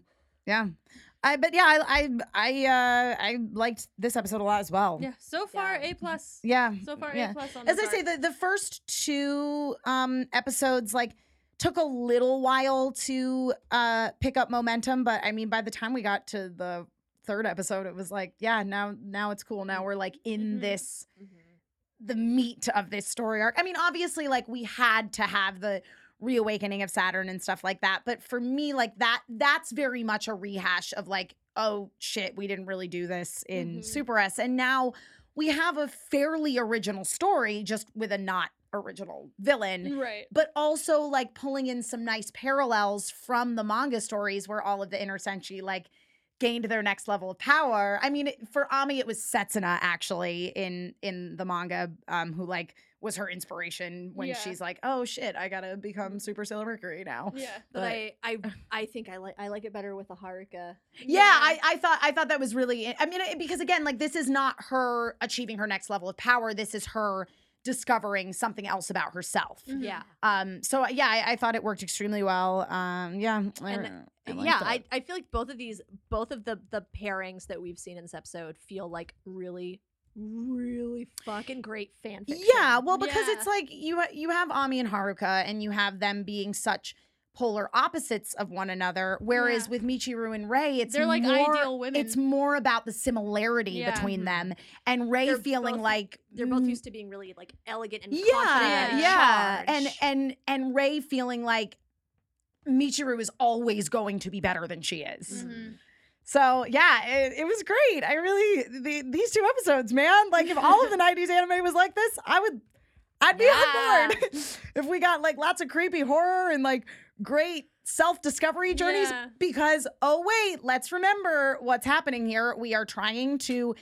Speaker 3: Yeah. I but yeah, I I I, uh, I liked this episode a lot as well.
Speaker 5: Yeah. So far,
Speaker 4: Yeah.
Speaker 5: A plus.
Speaker 3: Yeah.
Speaker 5: So far,
Speaker 3: Yeah.
Speaker 5: A plus on
Speaker 3: As
Speaker 5: this
Speaker 3: I say,
Speaker 5: arc.
Speaker 3: the, the first two um episodes like took a little while to uh pick up momentum, but I mean by the time we got to the third episode, it was like, yeah, now now it's cool. Now we're like in
Speaker 5: Mhm.
Speaker 3: this the meat of this story arc. I mean, obviously, like we had to have the reawakening of Saturn and stuff like that. But for me, like that, that's very much a rehash of like, oh shit, we didn't really do this in
Speaker 1: Mm-hmm.
Speaker 5: Mhm.
Speaker 3: Super S. And now we have a fairly original story, just with a not original villain
Speaker 5: right.
Speaker 3: but also like pulling in some nice parallels from the manga stories where all of the inner senshi like gained their next level of power. I mean, it- for Ami, it was Setsuna actually in in the manga, um, who like was her inspiration when
Speaker 5: Yeah.
Speaker 3: she's like, "Oh shit, I gotta become Super Sailor Mercury now."
Speaker 5: Yeah.
Speaker 4: But,
Speaker 3: But-
Speaker 4: I, I, I think I like I like it better with a Haruka.
Speaker 3: Yeah, I, I thought I thought that was really. I mean, it- because again, like this is not her achieving her next level of power. This is her discovering something else about herself.
Speaker 5: Mhm.
Speaker 3: Um, so yeah, I, I thought it worked extremely well. Um, yeah, I don't
Speaker 4: And,
Speaker 3: know. I liked
Speaker 4: yeah.
Speaker 3: it.
Speaker 4: I, I feel like both of these, both of the the pairings that we've seen in this episode feel like really, really fucking great fan fiction.
Speaker 3: yeah. Well, because it's
Speaker 5: Yeah.
Speaker 3: like you ha- you have Ami and Haruka, and you have them being such polar opposites of one another. Whereas
Speaker 5: Yeah.
Speaker 3: with Michiru and Ray, it's
Speaker 5: They're like
Speaker 3: more-
Speaker 5: ideal women.
Speaker 3: It's more about the similarity
Speaker 5: Yeah.
Speaker 3: between
Speaker 4: Mhm.
Speaker 3: them, and Ray
Speaker 4: They're
Speaker 3: feeling
Speaker 4: both-
Speaker 3: like
Speaker 4: they're both
Speaker 3: "Mm,
Speaker 4: used to being really like elegant and
Speaker 3: yeah,
Speaker 4: confident
Speaker 3: yeah,
Speaker 4: and
Speaker 3: and and and Ray feeling like Michiru is always going to be better than she is.
Speaker 4: Mm.
Speaker 5: Mhm.
Speaker 3: So yeah, it, it was great. I really the, these two episodes, man. Like if all of the '90s anime was like this, I would, I'd be
Speaker 1: Yeah.
Speaker 3: on board if we got like lots of creepy horror and like great self discovery journeys.
Speaker 5: Yeah.
Speaker 3: Because, oh, wait, let's remember what's happening here. We are trying to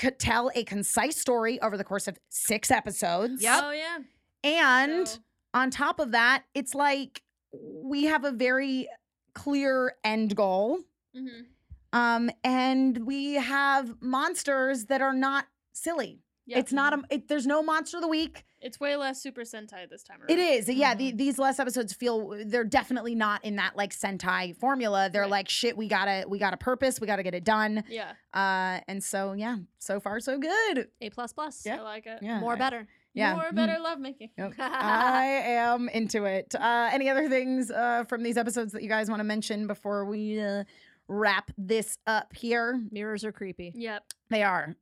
Speaker 3: c- tell a concise story over the course of six episodes.
Speaker 5: Oh yeah.
Speaker 3: And
Speaker 5: So-
Speaker 3: on top of that, it's like we have a very clear end goal.
Speaker 5: Mhm.
Speaker 3: Um, and we have monsters that are not silly.
Speaker 5: Yeah. Mm-hmm.
Speaker 3: It's not a. It, there's no monster of the week.
Speaker 5: It's way less Super Sentai this time around.
Speaker 3: It is. Yeah.
Speaker 5: Mm-hmm.
Speaker 3: The, these last episodes feel they're definitely not in that like Sentai formula. They're
Speaker 5: Right.
Speaker 3: like shit. We gotta. We got a purpose. We gotta get it done.
Speaker 5: Yeah.
Speaker 3: Uh, and so yeah. So far so good.
Speaker 4: A plus plus.
Speaker 3: Yeah.
Speaker 5: I like it.
Speaker 3: Yeah. Ah,
Speaker 4: More
Speaker 3: I-
Speaker 4: better.
Speaker 3: Yeah.
Speaker 5: More
Speaker 1: Mm-hmm.
Speaker 3: Mhm.
Speaker 5: better lovemaking.
Speaker 3: I am into it. Uh, any other things uh, from these episodes that you guys want to mention before we uh, wrap this up here?
Speaker 4: Mirrors are creepy.
Speaker 5: Yep.
Speaker 3: They are.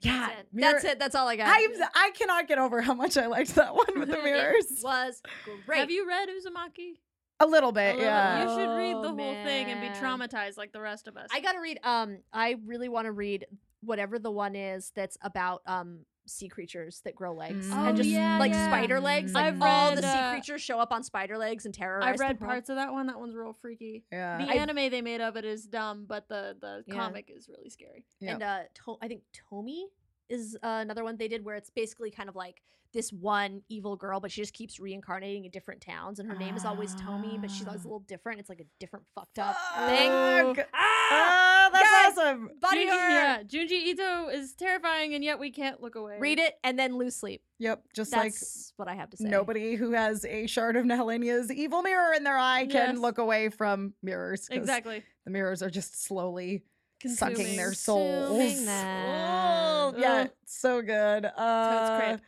Speaker 3: Yeah.
Speaker 4: That's it.
Speaker 3: mirror-
Speaker 4: That's it. That's all I got.
Speaker 3: I'm, I cannot get over how much I liked that one with the
Speaker 5: It
Speaker 3: mirrors.
Speaker 4: was great.
Speaker 5: Have you read Uzumaki?
Speaker 3: A little bit,
Speaker 5: A little-
Speaker 3: Uh, yeah.
Speaker 5: You should read
Speaker 4: Oh,
Speaker 5: the whole thing and be
Speaker 4: man.
Speaker 5: traumatized like the rest of us.
Speaker 4: I gotta read. Um, I really want to read whatever the one is that's about um sea creatures that grow legs
Speaker 3: Mm.
Speaker 4: and
Speaker 3: Oh,
Speaker 4: just
Speaker 5: yeah,
Speaker 4: like
Speaker 5: yeah.
Speaker 4: spider legs. Like
Speaker 5: I've
Speaker 4: all
Speaker 5: read,
Speaker 4: the sea
Speaker 5: uh,
Speaker 4: creatures show up on spider legs and terrorize.
Speaker 5: I
Speaker 4: the
Speaker 5: read
Speaker 4: world.
Speaker 5: parts of that one. That one's real freaky.
Speaker 3: yeah.
Speaker 5: the anime they made of it is dumb, but the the
Speaker 4: Yeah.
Speaker 5: comic is really scary.
Speaker 3: Yeah.
Speaker 4: And uh, to- I think Tomi is uh, another one they did where it's basically kind of like this one evil girl, but she just keeps reincarnating in different towns, and her name is always Tomi, but she's always
Speaker 3: Ah.
Speaker 4: a little different. It's like a different fucked up thing.
Speaker 3: Fuck.
Speaker 4: Ah!
Speaker 3: Ah, that's
Speaker 4: Guys.
Speaker 3: awesome.
Speaker 4: Body
Speaker 5: Junji,
Speaker 4: horror.
Speaker 5: yeah, Junji Ito is terrifying, and yet we can't look away.
Speaker 4: Read it and then lose sleep.
Speaker 3: Yep, just like
Speaker 4: That's what I have to say.
Speaker 3: nobody who has a shard of Nahelenia's evil mirror in their eye can
Speaker 5: Yes.
Speaker 3: look away from mirrors. 'cause
Speaker 5: exactly.
Speaker 3: The mirrors are just slowly sucking their
Speaker 5: Consuming.
Speaker 3: souls.
Speaker 4: Consuming
Speaker 3: Oh,
Speaker 4: them.
Speaker 3: yeah,
Speaker 5: Ugh.
Speaker 3: so good. Uh,
Speaker 5: crib.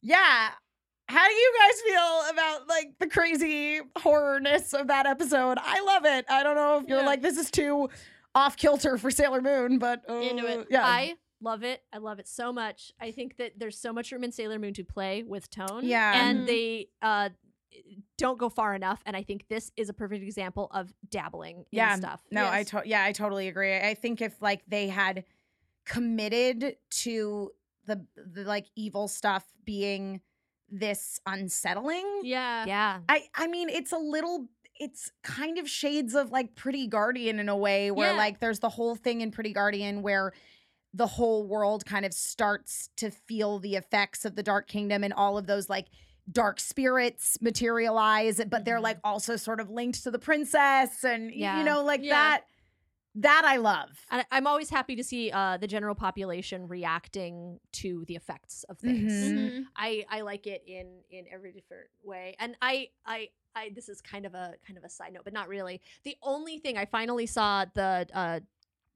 Speaker 3: Yeah. How do you guys feel about like the crazy horrorness of that episode? I love it. I don't know if you're
Speaker 5: Yeah.
Speaker 3: like this is too off kilter for Sailor Moon, but uh,
Speaker 5: Into it.
Speaker 3: Yeah.
Speaker 4: I love it. I love it so much. I think that there's so much room in Sailor Moon to play with tone.
Speaker 3: Yeah.
Speaker 5: Mhm.
Speaker 4: And they uh don't go far enough. And I think this is a perfect example of dabbling
Speaker 3: Yeah.
Speaker 4: in stuff.
Speaker 3: No, I
Speaker 5: Yes.
Speaker 3: to- yeah, I totally agree. I I think if like they had committed to the, the like evil stuff being this unsettling,
Speaker 5: Yeah.
Speaker 4: Yeah.
Speaker 3: I I mean it's a little it's kind of shades of like Pretty Guardian in a way where
Speaker 5: Yeah.
Speaker 3: like there's the whole thing in Pretty Guardian where the whole world kind of starts to feel the effects of the Dark Kingdom and all of those like dark spirits materialize but they're
Speaker 4: Mhm.
Speaker 3: like also sort of linked to the princess and y-
Speaker 4: Yeah.
Speaker 3: you know like
Speaker 5: Yeah.
Speaker 3: that that I love.
Speaker 4: And I- I'm always happy to see uh, the general population reacting to the effects of things.
Speaker 3: Mhm.
Speaker 5: Mhm.
Speaker 4: Mm-hmm. I I like it in in every different way. And I I I this is kind of a kind of a side note, but not really. The only thing I finally saw the uh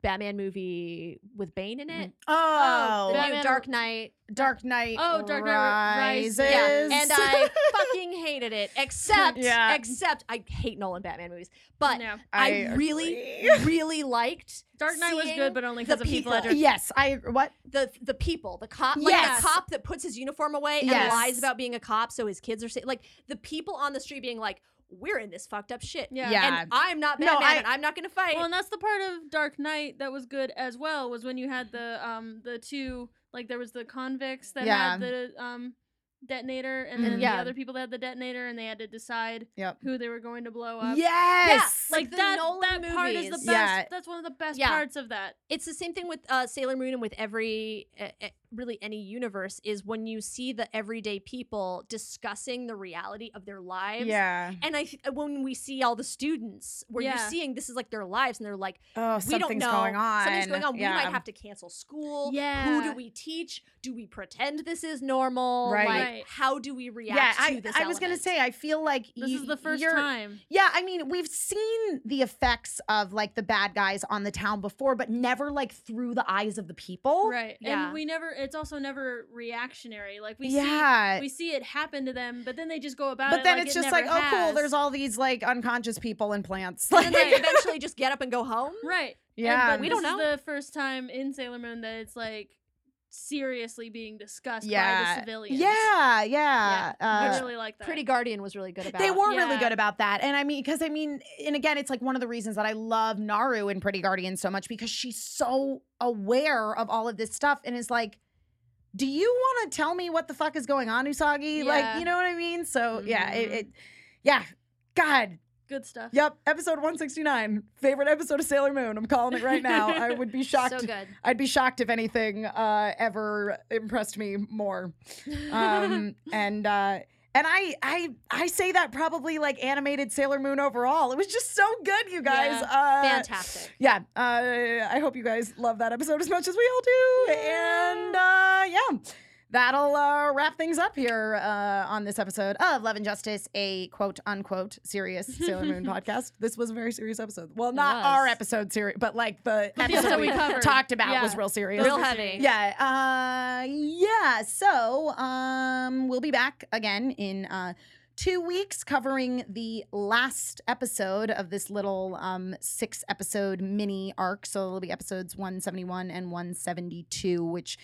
Speaker 4: Batman movie with Bane in it.
Speaker 3: Oh,
Speaker 4: The
Speaker 5: Batman-
Speaker 4: new Dark Knight.
Speaker 3: Dark Knight.
Speaker 5: Oh, Dark Knight Ri-
Speaker 3: Rises.
Speaker 5: Rises.
Speaker 4: Yeah. And I fucking hated it. Except
Speaker 3: Yeah.
Speaker 4: except I hate Nolan Batman movies. But
Speaker 5: No.
Speaker 4: I really-
Speaker 3: agree.
Speaker 4: really liked
Speaker 5: Dark Knight was
Speaker 4: seeing
Speaker 5: good, but only
Speaker 4: the
Speaker 5: because of Heath
Speaker 4: people.
Speaker 5: Ledger.
Speaker 3: yes, I what
Speaker 4: the the people, the cop, like
Speaker 3: Yes.
Speaker 4: the cop that puts his uniform away and
Speaker 3: Yes.
Speaker 4: lies about being a cop so his kids are safe. Like the people on the street being like, "We're in this fucked up shit."
Speaker 5: Yeah.
Speaker 3: Yeah.
Speaker 4: And I'm not
Speaker 3: No,
Speaker 4: Batman,
Speaker 3: I-
Speaker 4: and I'm not gonna fight.
Speaker 5: Well, and that's the part of Dark Knight that was good as well was when you had the um the two like there was the convicts that
Speaker 3: Yeah.
Speaker 5: had the um detonator and then
Speaker 3: Mhm.
Speaker 4: Yeah.
Speaker 5: the other people that had the detonator and they had to decide
Speaker 3: Yep.
Speaker 5: who they were going to blow up.
Speaker 3: Yes.
Speaker 4: like
Speaker 5: Like
Speaker 4: the
Speaker 5: that,
Speaker 4: Nolan
Speaker 5: that part is the
Speaker 4: movies.
Speaker 5: best.
Speaker 3: Yeah.
Speaker 5: That's one of the best
Speaker 4: Yeah.
Speaker 5: parts of that.
Speaker 4: it's the same thing with uh, Sailor Moon and with every uh, uh, really any universe is when you see the everyday people discussing the reality of their lives.
Speaker 3: yeah.
Speaker 4: And I th- uh, when we see all the students, where
Speaker 5: Yeah.
Speaker 4: you're seeing this is like their lives, and they're like,
Speaker 3: Oh,
Speaker 4: we don't
Speaker 3: something's
Speaker 4: know
Speaker 3: going on.
Speaker 4: something's going on.
Speaker 3: Yeah.
Speaker 4: We might have to cancel school. Who do
Speaker 5: Yeah.
Speaker 4: we teach? Do we pretend this is normal?
Speaker 3: Right.
Speaker 4: Like,
Speaker 5: Right.
Speaker 4: how do we react
Speaker 3: Yeah,
Speaker 4: to
Speaker 3: I,
Speaker 4: this?
Speaker 3: I was gonna
Speaker 4: element?
Speaker 3: say I feel like
Speaker 5: This
Speaker 3: you-
Speaker 5: is the 1st
Speaker 3: you're-
Speaker 5: time.
Speaker 3: Yeah, I mean we've seen the effects of like the bad guys on the town before, but never like through the eyes of the people.
Speaker 5: Right.
Speaker 4: Yeah.
Speaker 5: And we never it's also never reactionary. Like we
Speaker 3: yeah.
Speaker 5: see we see it happen to them, but then they just go about it.
Speaker 3: but then
Speaker 5: like
Speaker 3: it's
Speaker 5: it
Speaker 3: just like,
Speaker 5: never
Speaker 3: oh, cool.
Speaker 5: has.
Speaker 3: There's all these like unconscious people and plants.
Speaker 4: And
Speaker 3: Like,
Speaker 4: then they eventually just get up and go home.
Speaker 5: Right. And-
Speaker 3: yeah,
Speaker 5: but
Speaker 4: We don't
Speaker 5: this is
Speaker 4: know.
Speaker 5: the first time in Sailor Moon that it's like seriously being discussed by
Speaker 3: Yeah.
Speaker 5: the civilians.
Speaker 3: yeah, yeah.
Speaker 5: I
Speaker 3: uh,
Speaker 5: really like that.
Speaker 4: Pretty Guardian was really good about.
Speaker 3: They
Speaker 4: it.
Speaker 3: were really
Speaker 5: Yeah.
Speaker 3: good about that. And I mean, because I mean, and again, it's like one of the reasons that I love Naru in Pretty Guardian so much because she's so aware of all of this stuff and is like, do you want to tell me what the fuck is going on, Usagi? Like,
Speaker 5: Yeah.
Speaker 3: you know what I mean? So yeah, it,
Speaker 4: Mhm.
Speaker 3: it, yeah. God,
Speaker 5: Good stuff.
Speaker 3: yep. Episode 169, favorite episode of Sailor Moon. I'm calling it right now. I would be shocked.
Speaker 4: So good.
Speaker 3: I'd be shocked if anything uh, ever impressed me more. Um, and uh, and I I I say that probably like animated Sailor Moon overall. It was just so good, you guys.
Speaker 5: Yeah.
Speaker 3: Uh,
Speaker 4: Fantastic.
Speaker 3: Yeah, uh, I hope you guys love that episode as much as we all do. And uh, yeah, that'll uh, wrap things up here uh, on this episode of Love and Justice, a quote unquote serious Sailor Moon podcast. This was a very serious episode. Well, not
Speaker 4: was.
Speaker 3: our episode serious, but like the
Speaker 5: But the
Speaker 3: episode
Speaker 5: episode
Speaker 3: we
Speaker 5: we covered.
Speaker 3: talked about
Speaker 5: Yeah.
Speaker 3: was real serious.
Speaker 4: Real heavy.
Speaker 3: Yeah. Uh, yeah. So um, we'll be back again in uh, two weeks covering the last episode of this little um, six episode mini arc. So it'll be episodes 171 and 172, which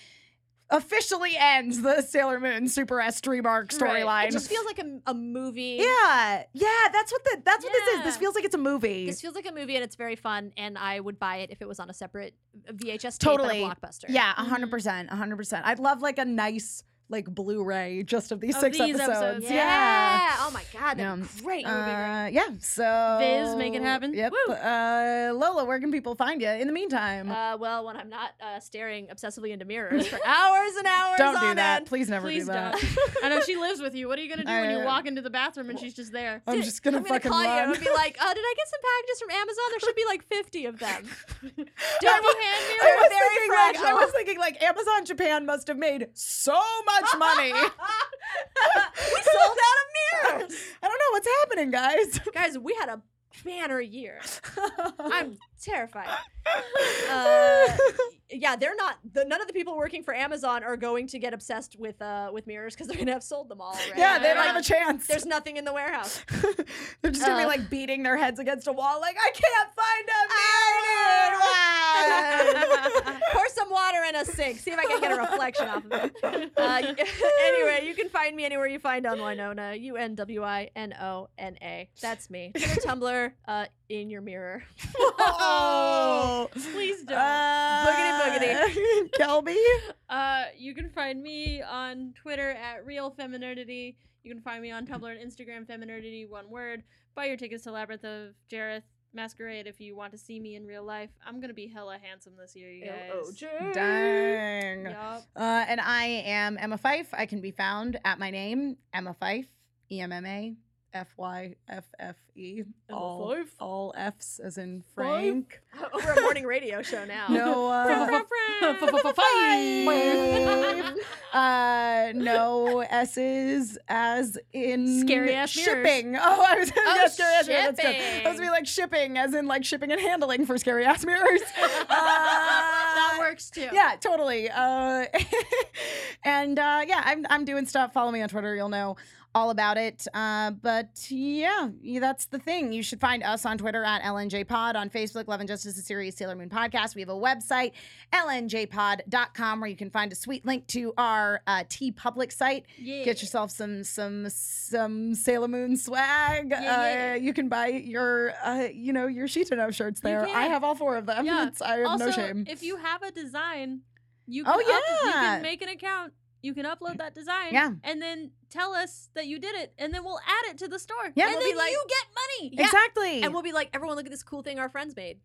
Speaker 3: officially ends the Sailor Moon Super S Dream Arc storyline.
Speaker 4: It just feels like a, a movie.
Speaker 3: yeah. Yeah. That's what the, that's what this is. This
Speaker 5: Yeah.
Speaker 3: feels like it's a movie.
Speaker 4: This feels like a movie and it's very fun, and I would buy it if it was on a separate VHS tape
Speaker 3: Totally.
Speaker 4: at a blockbuster.
Speaker 3: Yeah, a
Speaker 4: Mm-hmm.
Speaker 3: hundred percent, a hundred percent. I'd love like a nice like Blu-ray just of these
Speaker 5: Of
Speaker 3: six
Speaker 5: these
Speaker 3: episodes.
Speaker 5: episodes,
Speaker 4: Yeah.
Speaker 3: Yeah.
Speaker 4: Oh my God. That'd be great.
Speaker 3: Uh, yeah. So
Speaker 5: Viz, make it happen.
Speaker 3: Yep.
Speaker 5: Woo.
Speaker 3: Uh, Lola, where can people find you in the meantime?
Speaker 4: Uh, well, when I'm not uh, staring obsessively into mirrors for hours and hours
Speaker 3: don't
Speaker 4: on
Speaker 3: do that.
Speaker 4: end.
Speaker 3: Please never
Speaker 5: Please
Speaker 3: do that.
Speaker 5: don't. I know she lives with you. What are you gonna do when
Speaker 3: I-
Speaker 5: you walk into the bathroom and she's just there?
Speaker 3: I'm
Speaker 4: Did-
Speaker 3: just gonna
Speaker 4: I'm gonna
Speaker 3: fucking
Speaker 4: call you
Speaker 3: run.
Speaker 4: and be like, uh, did I get some packages from Amazon? There should be like 50 of them.
Speaker 5: Don't you hand me
Speaker 3: I was,
Speaker 4: very
Speaker 3: thinking, like, I
Speaker 4: fragile.
Speaker 3: was thinking like Amazon Japan must have made so much money.
Speaker 4: we sold out of mirrors.
Speaker 3: I don't know what's happening, guys.
Speaker 4: Guys, we had a banner year. I'm terrified. Uh, yeah, they're not. The, none of the people working for Amazon are going to get obsessed with uh with mirrors because they're gonna have sold them all. Right?
Speaker 3: yeah, they don't
Speaker 4: Like,
Speaker 3: have a chance.
Speaker 4: There's nothing in the warehouse.
Speaker 3: They're just gonna be
Speaker 4: Uh.
Speaker 3: like beating their heads against a wall, like I can't find a mirror.
Speaker 4: Pour some water in a sink. See if I can get a reflection off of it. Uh, anyway, you can find me anywhere you find on Winona. U N W I N O N A. That's me. Twitter, Tumblr, uh, in your mirror. Uh,
Speaker 3: oh.
Speaker 5: Please don't.
Speaker 3: Uh, boogity boogity. Kelby.
Speaker 5: Uh, you can find me on Twitter at Real Femininity. You can find me on Tumblr and Instagram, Femininity, one word. Buy your tickets to Labyrinth of Jareth Masquerade if you want to see me in real life. I'm gonna be hella handsome this year, you
Speaker 3: oh,
Speaker 5: guys.
Speaker 4: Oh,
Speaker 3: Mm-hmm. Dang.
Speaker 5: Yup.
Speaker 3: Uh, and I am Emma Fife. I can be found at my name, Emma Fife, E M M A F Y F F E.
Speaker 5: Emma
Speaker 1: Oh,
Speaker 3: All
Speaker 5: Fife.
Speaker 3: all F's as in Frank.
Speaker 4: We're a morning radio show now.
Speaker 3: No. Uh, Five. Uh, no S's as in
Speaker 5: Scary ass mirrors.
Speaker 3: shipping. Oh, I was
Speaker 5: Oh,
Speaker 3: yeah, scary ass mirrors. That's good.
Speaker 5: shipping.
Speaker 3: I was gonna be like shipping, as in like shipping and handling for scary ass mirrors.
Speaker 4: that
Speaker 3: Uh,
Speaker 4: works too.
Speaker 3: yeah, totally. Uh, and uh, yeah, I'm I'm doing stuff. Follow me on Twitter. You'll know all about it. Uh, but yeah, y- that's the thing. You should find us on Twitter at LNJ Pod, on Facebook, Love and Justice, the series Sailor Moon podcast. We have a website, lnjpod.com, where you can find a sweet link to our uh, T Public site.
Speaker 5: Yeah.
Speaker 3: Get yourself some some some Sailor Moon swag.
Speaker 5: yeah.
Speaker 3: Uh, you can buy your uh, you know your Shitano shirts there. I
Speaker 5: can.
Speaker 3: have all four of them.
Speaker 5: Yeah.
Speaker 3: It's- um, I have
Speaker 5: also,
Speaker 3: no shame.
Speaker 5: if you have a design, you can
Speaker 3: Oh,
Speaker 5: up- you
Speaker 3: yeah.
Speaker 5: can make an account. You can upload that design,
Speaker 3: Yeah.
Speaker 5: and then tell us that you did it, and then we'll add it to the store.
Speaker 3: Yeah.
Speaker 5: and
Speaker 3: We'll
Speaker 5: then
Speaker 4: be like-
Speaker 5: you get money.
Speaker 4: Yeah.
Speaker 3: Exactly.
Speaker 4: And we'll be like, everyone, look at this cool thing our friends made.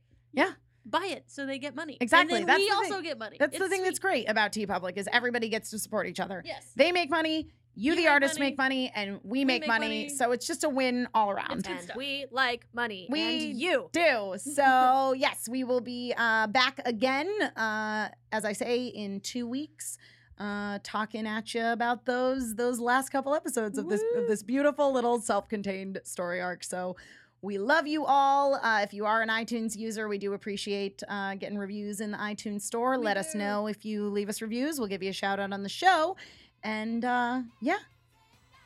Speaker 5: buy it so they get money.
Speaker 3: Exactly,
Speaker 5: And then
Speaker 3: that's
Speaker 5: we
Speaker 3: the
Speaker 5: also
Speaker 3: thing.
Speaker 5: get money.
Speaker 3: That's the
Speaker 5: It's
Speaker 3: thing that's
Speaker 5: sweet.
Speaker 3: great about T Public is everybody gets to support each other.
Speaker 5: Yes.
Speaker 3: They make money, you,
Speaker 5: You
Speaker 3: the
Speaker 5: make
Speaker 3: artist,
Speaker 5: money,
Speaker 3: make money, and we make,
Speaker 5: make
Speaker 3: money.
Speaker 5: money.
Speaker 3: So it's just a win all around.
Speaker 5: It's good
Speaker 4: and
Speaker 5: stuff.
Speaker 4: we like money.
Speaker 3: We
Speaker 4: and you.
Speaker 3: Do so. yes, we will be uh, back again, uh, as I say, in two weeks, uh, talking at you about those those last couple episodes of this of this beautiful little self contained story arc. So. We love you all. Uh, if you are an iTunes user, we do appreciate uh, getting reviews in the iTunes store.
Speaker 5: We
Speaker 3: Let us
Speaker 5: do.
Speaker 3: know if you leave us reviews. We'll give you a shout out on the show. And uh, yeah,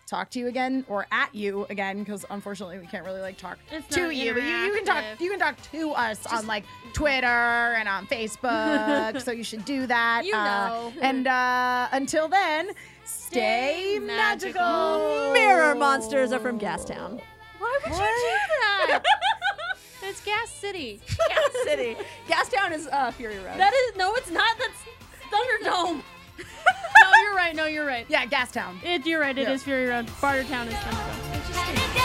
Speaker 3: talk to you again or at you again because unfortunately we can't really like talk
Speaker 5: It's
Speaker 3: to
Speaker 5: not
Speaker 3: you. But you, you can talk.
Speaker 5: interactive.
Speaker 3: You can talk to us on like Twitter and on Facebook. so you should do that.
Speaker 5: You
Speaker 3: Uh,
Speaker 5: know.
Speaker 3: And uh, until then, stay,
Speaker 5: Stay
Speaker 3: magical.
Speaker 5: magical.
Speaker 4: Mirror monsters are from Gastown.
Speaker 5: Why would you do that? That's Gas City.
Speaker 4: Gas City. Gastown is uh, Fury Road.
Speaker 5: That is no, it's not. That's Thunderdome. no, right. No, you're right.
Speaker 3: Yeah, Gastown.
Speaker 5: It, you're right. It is
Speaker 3: Yeah.
Speaker 5: Fury Road. Bartertown is Thunderdome.
Speaker 2: Interesting.